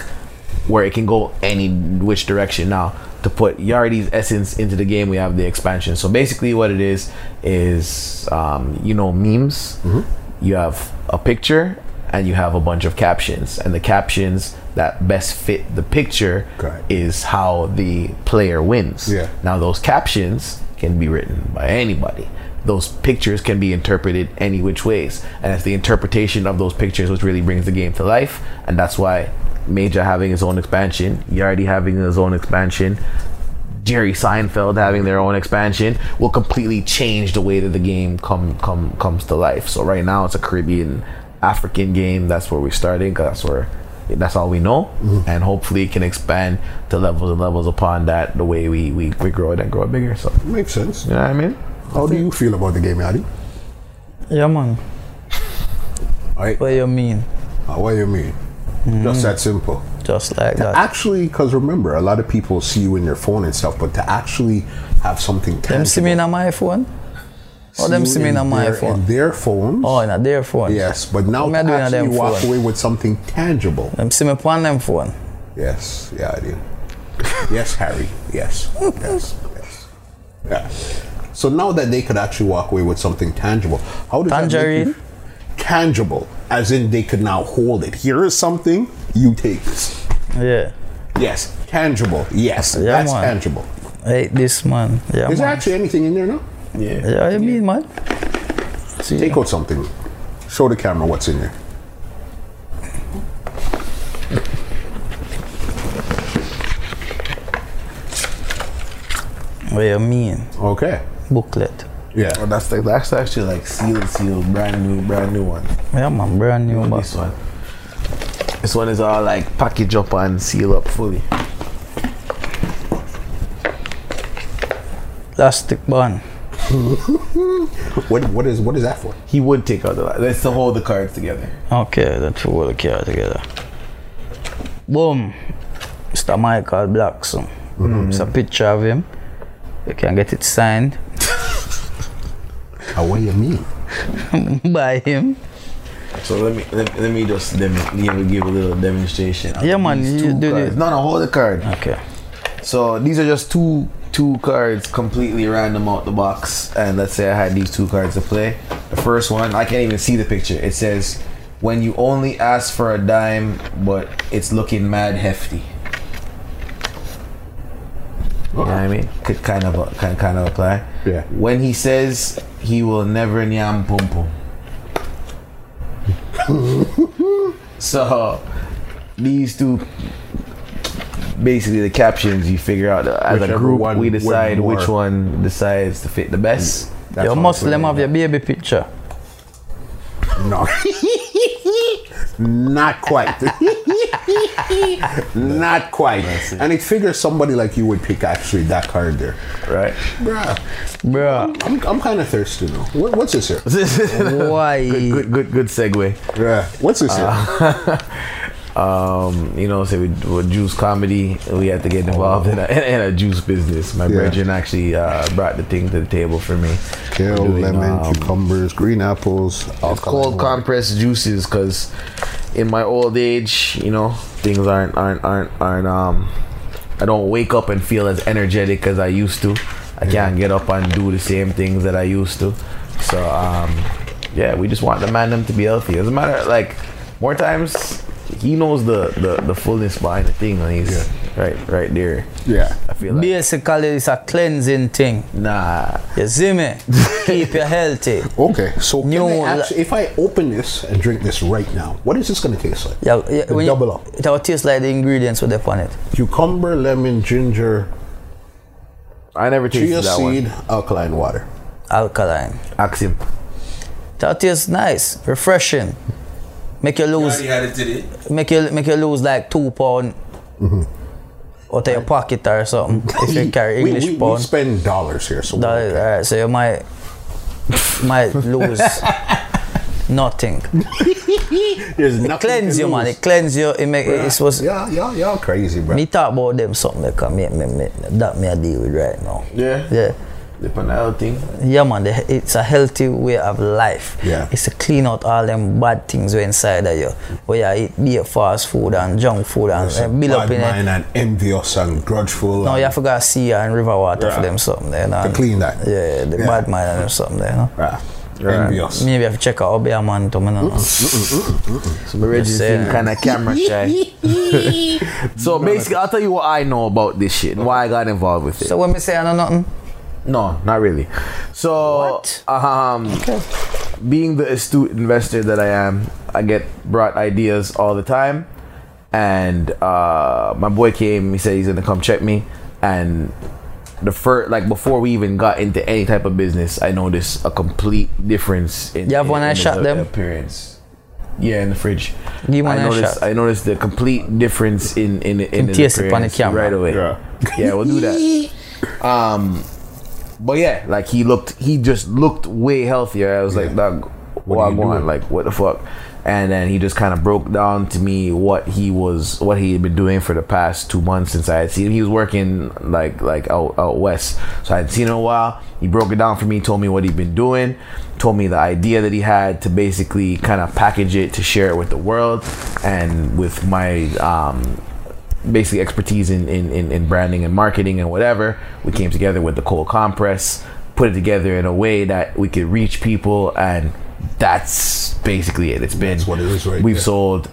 Speaker 3: where it can go any which direction now. To put Yardi's essence into the game, we have the expansion. So basically, what it is is um, you know memes.
Speaker 1: Mm-hmm.
Speaker 3: You have a picture and you have a bunch of captions, and the captions that best fit the picture
Speaker 1: Got it.
Speaker 3: is how the player wins.
Speaker 1: Yeah.
Speaker 3: Now those captions can be written by anybody. Those pictures can be interpreted any which ways, and it's the interpretation of those pictures which really brings the game to life. And that's why Major having his own expansion, Yardi having his own expansion, Jerry Seinfeld having their own expansion will completely change the way that the game come come comes to life. So right now it's a Caribbean African game. That's where we're starting. 'cause that's where that's all we know, and hopefully it can expand to levels and levels upon that. The way we we, we grow it and grow it bigger. So
Speaker 1: Makes sense.
Speaker 3: you know what I mean?
Speaker 1: How do you feel about the game, Adi?
Speaker 2: Yeah, man.
Speaker 1: Alright.
Speaker 2: What you mean?
Speaker 1: Uh, what do you mean?
Speaker 2: Mm-hmm.
Speaker 1: Just that simple.
Speaker 2: Just like that.
Speaker 1: Actually, because remember, a lot of people see you in your phone and stuff, but to actually have something tangible.
Speaker 2: Them see me on my phone? Oh, them
Speaker 1: you
Speaker 2: see me
Speaker 1: in
Speaker 2: on my
Speaker 1: their- In
Speaker 2: phone.
Speaker 1: their phones.
Speaker 2: Oh, in a their phone.
Speaker 1: Yes, but now
Speaker 2: What
Speaker 1: to
Speaker 2: me doing on
Speaker 1: actually
Speaker 2: them
Speaker 1: walk
Speaker 2: phone?
Speaker 1: away with something tangible.
Speaker 2: Them see me on them phone.
Speaker 1: Yes, yeah, I do. yes, Harry. Yes, yes, yes. Yeah. So now that they could actually walk away with something tangible, how did That
Speaker 2: Tangerine?
Speaker 1: make you- tangible, as in they could now hold it. Here is something you take. This.
Speaker 2: Yeah.
Speaker 1: Yes, tangible. Yes,
Speaker 2: Yeah,
Speaker 1: that's
Speaker 2: man.
Speaker 1: tangible.
Speaker 2: Hey, this man. Yeah,
Speaker 1: Is there
Speaker 2: man.
Speaker 1: actually anything in there now?
Speaker 2: Yeah, what you mean, man? See,
Speaker 1: Take out something. Show the camera what's in there.
Speaker 2: what you mean?
Speaker 1: Okay.
Speaker 2: Booklet.
Speaker 1: Yeah.
Speaker 3: Oh, that's like that's actually like sealed, sealed, brand new, brand new one.
Speaker 2: Yeah, man. Brand new box.
Speaker 3: This one, this one is all like package up and seal up fully.
Speaker 2: Plastic band.
Speaker 1: What what is what is that for?
Speaker 3: He would take out the that's to hold the cards together.
Speaker 2: Okay, that's two will care together. Boom. Mr. Michael Blackson.
Speaker 3: Mm-hmm.
Speaker 2: It's a picture of him. You can get it signed *laughs*
Speaker 1: Uh, what do you mean?
Speaker 2: by him.
Speaker 3: So let me let, let me just dem- give, give a little demonstration. of
Speaker 2: Yeah, man,
Speaker 3: these
Speaker 2: you
Speaker 3: two
Speaker 2: do
Speaker 3: cards.
Speaker 2: the-
Speaker 3: No, no, hold the card.
Speaker 2: Okay.
Speaker 3: So these are just two two cards completely random out the box. And let's say I had these two cards to play. The first one, I can't even see the picture. It says, "When you only ask for a dime, but it's looking mad hefty." You know what I mean? Could kind of uh, kind kind of apply.
Speaker 1: Yeah.
Speaker 3: When he says he will never nyam pum pum. *laughs* So these two basically the captions you figure out uh, as
Speaker 1: Whichever
Speaker 3: a group
Speaker 1: one
Speaker 3: we
Speaker 1: would
Speaker 3: decide
Speaker 1: more- Mm.
Speaker 3: which one decides to fit the best. That's
Speaker 2: Your
Speaker 3: what I'm
Speaker 2: Muslim
Speaker 3: putting
Speaker 2: have
Speaker 3: in.
Speaker 2: your baby picture.
Speaker 1: No. *laughs* Not quite. *laughs* Not quite. And it figures somebody like you would pick actually that card there.
Speaker 3: right.
Speaker 1: Bruh,
Speaker 2: Bruh.
Speaker 1: I'm, I'm kind of thirsty now. What, what's this here?
Speaker 2: Why?
Speaker 3: *laughs* good good good segue.
Speaker 1: Yeah. What's this here?
Speaker 3: Um, you know, say we with juice comedy, we had to get involved in a, in a juice business. My
Speaker 1: Oh. Yeah.
Speaker 3: brethren actually uh, brought the thing to the table for me.
Speaker 1: Kale,
Speaker 3: We're doing,
Speaker 1: lemon,
Speaker 3: um,
Speaker 1: cucumbers, green apples.
Speaker 3: It's cold compressed juices because in my old age, you know, things aren't aren't aren't aren't um I don't wake up and feel as energetic as I used to. I can't get up and do the same things that I used to. So um, yeah, we just want the man them to be healthy. As a matter like more times he knows the, the, the fullness behind the thing and he's right right there.
Speaker 1: Yeah.
Speaker 3: I feel like
Speaker 2: Basically, it's a cleansing thing.
Speaker 3: nah.
Speaker 2: You see
Speaker 1: *laughs*
Speaker 2: me? Keep you healthy.
Speaker 1: Okay, so can I
Speaker 2: New li-
Speaker 1: actually, if I open this and drink this right now, what is this going to taste like?
Speaker 2: Yeah, yeah,
Speaker 1: The
Speaker 2: when
Speaker 1: double
Speaker 2: you,
Speaker 1: up.
Speaker 2: It will taste like the ingredients with upon it.
Speaker 1: Cucumber, lemon, ginger,
Speaker 3: I never tasted
Speaker 1: chia
Speaker 3: that
Speaker 1: seed,
Speaker 3: one.
Speaker 1: alkaline water.
Speaker 2: Alkaline.
Speaker 3: Ask him.
Speaker 2: That tastes nice, refreshing. Make you lose,
Speaker 5: already had it today.
Speaker 2: make you make you lose like two pound
Speaker 1: Mm-hmm.
Speaker 2: out of your pocket or something if
Speaker 1: *laughs*
Speaker 2: you carry
Speaker 1: We-
Speaker 2: English
Speaker 1: we, we,
Speaker 2: pound.
Speaker 1: spend dollars here, so
Speaker 2: That is- alright, so you might
Speaker 1: *laughs*
Speaker 2: might lose nothing.
Speaker 1: there's nothing.
Speaker 2: Cleanse
Speaker 1: to
Speaker 2: you, man.
Speaker 1: lose.
Speaker 2: It cleanse you. It make it, it was.
Speaker 1: Yeah, yeah, yeah, crazy, bro.
Speaker 2: Me talk about them something that can make me, me that me I deal with right now.
Speaker 3: Yeah.
Speaker 2: Yeah.
Speaker 3: The panel thing.
Speaker 2: Yeah, man, the- it's a healthy way of life.
Speaker 1: Yeah.
Speaker 2: It's to clean out all them bad things were inside of you. Where you eat beer, fast food, and junk food, and, and build up
Speaker 1: Bad
Speaker 2: in it.
Speaker 1: mind and envious and grudgeful.
Speaker 2: No,
Speaker 1: and *laughs*
Speaker 2: you have to go see and river water for
Speaker 1: Yeah.
Speaker 2: them something there. You know,
Speaker 1: to
Speaker 2: and-
Speaker 1: clean that.
Speaker 2: Yeah, the
Speaker 1: Yeah.
Speaker 2: bad mind and them something there. You know?
Speaker 1: Ah, Envious.
Speaker 2: Maybe I have to check out Obi man to me. No, no.
Speaker 3: Some original
Speaker 2: saying.
Speaker 3: kind of
Speaker 2: *laughs*
Speaker 3: camera shy. so basically, I'll tell you what I know about this shit and why I got involved with it.
Speaker 2: So when me say I know nothing,
Speaker 3: No, not really. So,
Speaker 2: What?
Speaker 3: um, being the astute investor that I am, I get brought ideas all the time. And uh, my boy came. He said he's gonna come check me. And the first, like before we even got into any type of business, I noticed a complete difference in.
Speaker 2: You have
Speaker 3: in-
Speaker 2: one eye
Speaker 3: in
Speaker 2: shot
Speaker 3: the
Speaker 2: them?
Speaker 3: appearance. Yeah, in the fridge.
Speaker 2: Give one
Speaker 3: I
Speaker 2: eye
Speaker 3: noticed.
Speaker 2: shot.
Speaker 3: I noticed the complete difference in in in, in
Speaker 2: taste upon the
Speaker 3: appearance
Speaker 2: camera.
Speaker 3: right away.
Speaker 1: Yeah.
Speaker 3: yeah, we'll do that.
Speaker 2: *laughs*
Speaker 3: But yeah, like he looked, he just looked way healthier. I was like, dog, what
Speaker 1: are
Speaker 3: are
Speaker 1: you doing?"
Speaker 3: Like, what the fuck? And then he just kind of broke down to me what he was, what he had been doing for the past two months since I had seen him. He was working like like out, out west, so I had seen him a while. He broke it down for me, told me what he'd been doing, told me the idea that he had to basically kind of package it to share it with the world, and with my um, basically expertise in, in, in, in branding and marketing and whatever. We came together with the Cold Compress, put it together in a way that we could reach people, and that's basically it. It's been
Speaker 1: That's what it is right
Speaker 3: We've
Speaker 1: there.
Speaker 3: sold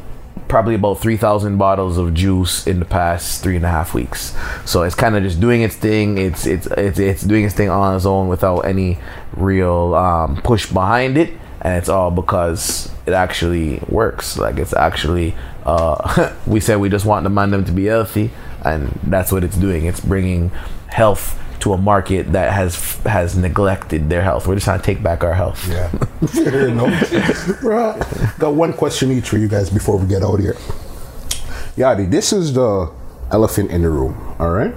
Speaker 3: probably about 3,000 bottles of juice in the past three and a half weeks. So it's kind of just doing its thing. It's, it's, it's, it's doing its thing on its own without any real um, push behind it. And it's all because it actually works. Like it's actually, uh, *laughs* we said we just want the man them to be healthy, and that's what it's doing. It's bringing health to a market that has has neglected their health. We're just trying to take back our
Speaker 1: *laughs*
Speaker 3: health.
Speaker 1: *laughs* Yeah. Fair enough. Bruh. Got one question each for you guys before we get out here. Yadi, this is the elephant in the room, all right?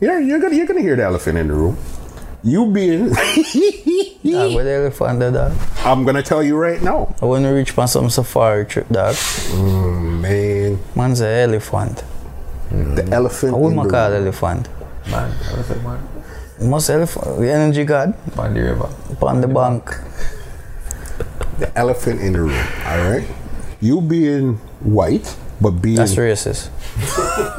Speaker 1: Yeah, you're gonna you're gonna hear the elephant in the room. You being *laughs*
Speaker 2: dog, where the elephant there, dog?
Speaker 1: I'm gonna tell you right now.
Speaker 2: I want to reach on some safari trip, dog.
Speaker 1: Mm, Man,
Speaker 2: Man's an elephant.
Speaker 1: the elephant
Speaker 2: I
Speaker 1: in
Speaker 2: wouldn't
Speaker 1: the
Speaker 2: call
Speaker 1: room.
Speaker 2: elephant.
Speaker 3: Man, I was like, man,
Speaker 2: Most elephant, the energy god,
Speaker 3: find the river.
Speaker 2: upon the bank.
Speaker 1: The elephant in the room, all right? You being white, but being
Speaker 2: That's racist.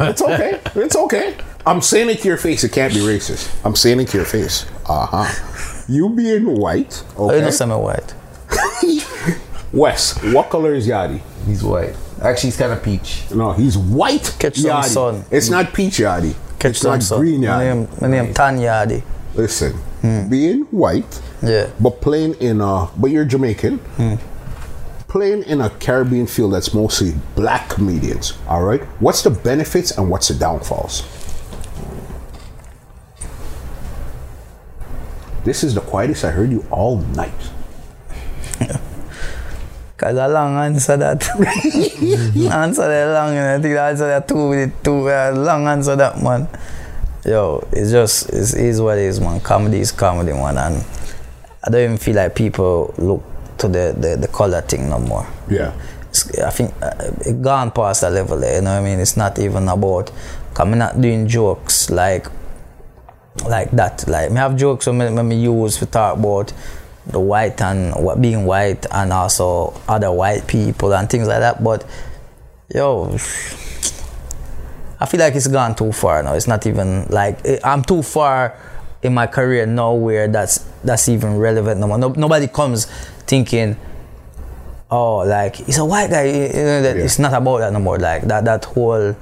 Speaker 1: It's
Speaker 2: *laughs*
Speaker 1: okay. It's okay. I'm saying it to your face. It can't be racist. I'm saying it to your face. Uh huh. You being white,
Speaker 2: Oh, you know
Speaker 1: okay?
Speaker 2: some white.
Speaker 1: *laughs* Wes, what color is Yadi?
Speaker 3: He's white. Actually, he's kind of peach.
Speaker 1: No, he's white.
Speaker 2: Catch some
Speaker 1: Yachty.
Speaker 2: sun.
Speaker 1: It's not peach Yadi.
Speaker 2: Catch
Speaker 1: it's
Speaker 2: them,
Speaker 1: not
Speaker 2: son.
Speaker 1: green
Speaker 2: My
Speaker 1: Yadi.
Speaker 2: name, my name Tan Yadi.
Speaker 1: Listen,
Speaker 2: Hmm.
Speaker 1: being white,
Speaker 2: Yeah.
Speaker 1: but playing in a, but you're Jamaican, playing in a Caribbean field that's mostly black comedians. All right, what's the benefits and what's the downfalls? This is the quietest I heard you all night.
Speaker 2: Cause a long answer that. answer that long, and I think the answer that two with two. Uh, long answer that man. Yo, it's just it's is what it is, man. Comedy is comedy, man, and I don't even feel like people look to the the, the color thing no more.
Speaker 1: Yeah,
Speaker 2: It's- I think uh, it gone past that level. There, you know what I mean? It's not even about. I'm not doing jokes like like that. Like me have jokes when me, when me use to talk about the white and what being white and also other white people and things like that. But yo, I feel like it's gone too far now. It's not even like eh, I'm too far in my career now where that's that's even relevant no more. No, nobody comes thinking, oh, like he's a white guy. You you know, that
Speaker 1: Yeah.
Speaker 2: it's not about that no more. Like that that whole.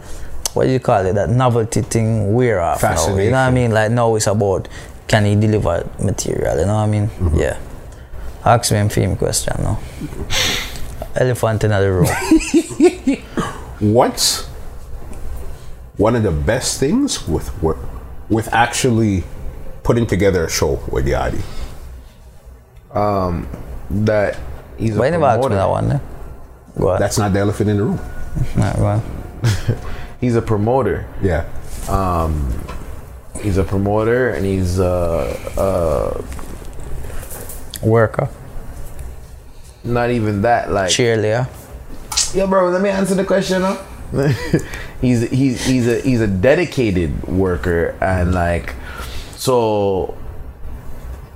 Speaker 2: What do you call it? That novelty thing we're off now. You know what I
Speaker 1: Fascination.
Speaker 2: mean? Like now it's about can he deliver material? You know what I mean?
Speaker 1: Mm-hmm.
Speaker 2: Yeah. Ask me a film question now. Elephant in the room.
Speaker 1: What's one of the best things with wor- with actually putting together a show with Yadi?
Speaker 3: that he's
Speaker 2: Why
Speaker 3: a
Speaker 2: never ask me
Speaker 3: promoter.
Speaker 2: that one? Eh? Go on.
Speaker 1: That's not the elephant in the room.
Speaker 2: Nah, go on.
Speaker 3: He's a promoter.
Speaker 1: Yeah.
Speaker 3: He's a promoter, and he's uh,
Speaker 2: Worker.
Speaker 3: not even that. Like,
Speaker 2: Cheerleader.
Speaker 3: yo, bro, let me answer the question. Huh? *laughs* he's he's he's a he's a dedicated worker, and like, so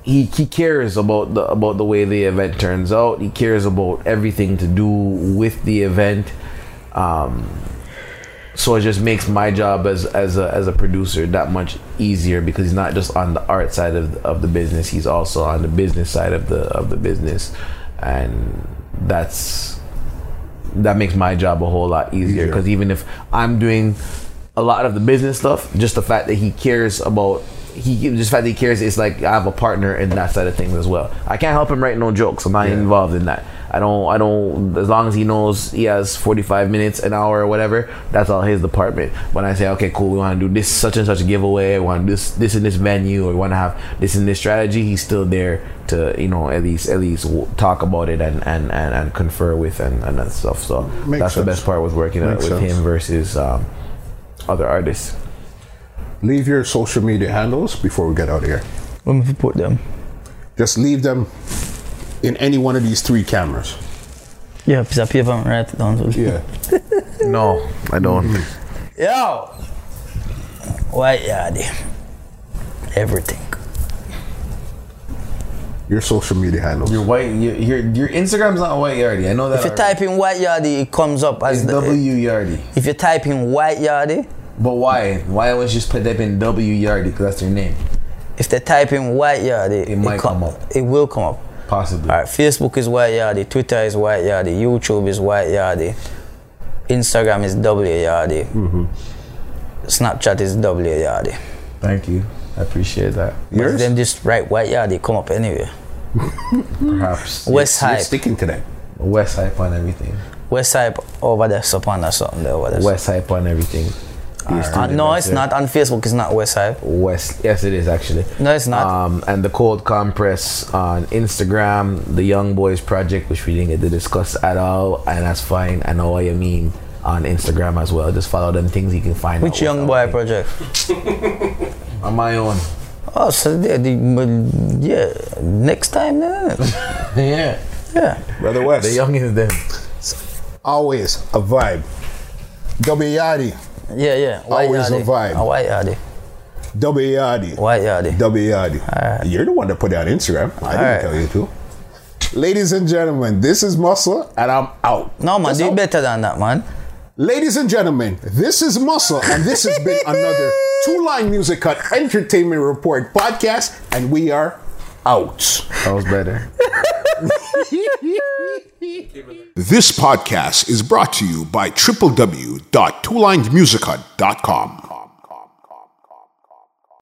Speaker 3: he he cares about the about the way the event turns out. He cares about everything to do with the event. Um, so it just makes my job as as a, as a producer that much easier because he's not just on the art side of of the business he's also on the business side of the of the business and that's that makes my job a whole lot easier because even if I'm doing a lot of the business stuff just the fact that he cares about he just the fact that he cares it's like I have a partner in that side of things as well I can't help him write no jokes I'm not involved in that I don't I don't as long as he knows he has 45 minutes an hour or whatever that's all his department when I say okay cool we want to do this such and such giveaway we want to do this this and this venue or we want to have this and this strategy he's still there to you know at least at least w- talk about it and and and, and confer with and, and that stuff so
Speaker 1: Makes
Speaker 3: that's the
Speaker 1: sense.
Speaker 3: best part with working uh,
Speaker 1: Makes
Speaker 3: with
Speaker 1: sense.
Speaker 3: him versus um, other artists
Speaker 1: Leave your social media handles before we get out of here.
Speaker 2: Let me put them.
Speaker 1: Just leave them in any one of these three cameras.
Speaker 2: Yeah, piece of paper and write it down. too.
Speaker 1: Yeah.
Speaker 3: no I don't
Speaker 2: Yo! White Yardie. Everything.
Speaker 1: Your social media handles.
Speaker 3: your white your, your your Instagram's not white yardy I know that
Speaker 2: If you type in White Yardie, it comes up as the,
Speaker 3: W yardy
Speaker 2: If you type in White Yardie,
Speaker 3: but why why wouldn't you just put that in W yardy because that's their name
Speaker 2: if they type in White Yardie,
Speaker 3: It might
Speaker 2: com-
Speaker 3: come up.
Speaker 2: It will come up.
Speaker 3: possibly
Speaker 2: All right, Facebook is White Yardie, Twitter is White Yardie, YouTube is White Yardie, Instagram is W Yardie,
Speaker 3: Mm-hmm.
Speaker 2: Snapchat is W Yardie.
Speaker 3: thank you I appreciate that
Speaker 1: Yours?
Speaker 2: Then just write White Yardie, come up anyway.
Speaker 3: perhaps
Speaker 2: Mm, West
Speaker 1: You're
Speaker 2: Hype,
Speaker 1: sticking to that.
Speaker 3: West hype on everything
Speaker 2: West Hype over there, Sapana or something there over there.
Speaker 3: West hype on everything
Speaker 2: Uh, no, it's not on Facebook. It's not West Hype.
Speaker 3: West. Yes, it is actually.
Speaker 2: No, it's
Speaker 1: Ah,
Speaker 2: not.
Speaker 3: Um, and the Cold Compress on Instagram, the Young Boys Project, which we didn't get to discuss at all, and that's fine. I know what you mean on Instagram as well. Just follow them things you can find. out
Speaker 2: Which Young Boy
Speaker 3: what's out
Speaker 2: project?
Speaker 3: there. On my own. *laughs*
Speaker 2: Oh, so the, the, well, yeah, next time then.
Speaker 1: *laughs*
Speaker 3: yeah.
Speaker 2: yeah.
Speaker 1: Brother West.
Speaker 3: The young is them.
Speaker 1: always a vibe. Double Yadi.
Speaker 2: Yeah, yeah. White
Speaker 1: Always a
Speaker 2: Yardie.
Speaker 1: vibe.
Speaker 2: Uh, White Yardie.
Speaker 1: Double Yadi.
Speaker 2: White Yardie.
Speaker 1: Double Yadi. You're the one that put it on Instagram. I didn't
Speaker 2: Alright.
Speaker 1: tell you to. Ladies and gentlemen, this is Muscle, and I'm out.
Speaker 2: No, man,
Speaker 1: That's
Speaker 2: do
Speaker 1: all.
Speaker 2: better than that, man.
Speaker 1: Ladies and gentlemen, this is Muscle, and this has been
Speaker 2: *laughs*
Speaker 1: another Two Line Music Cut Entertainment Report podcast, and we are out.
Speaker 3: That was better.
Speaker 1: This podcast is brought to you by www.twolinedmusichut.com.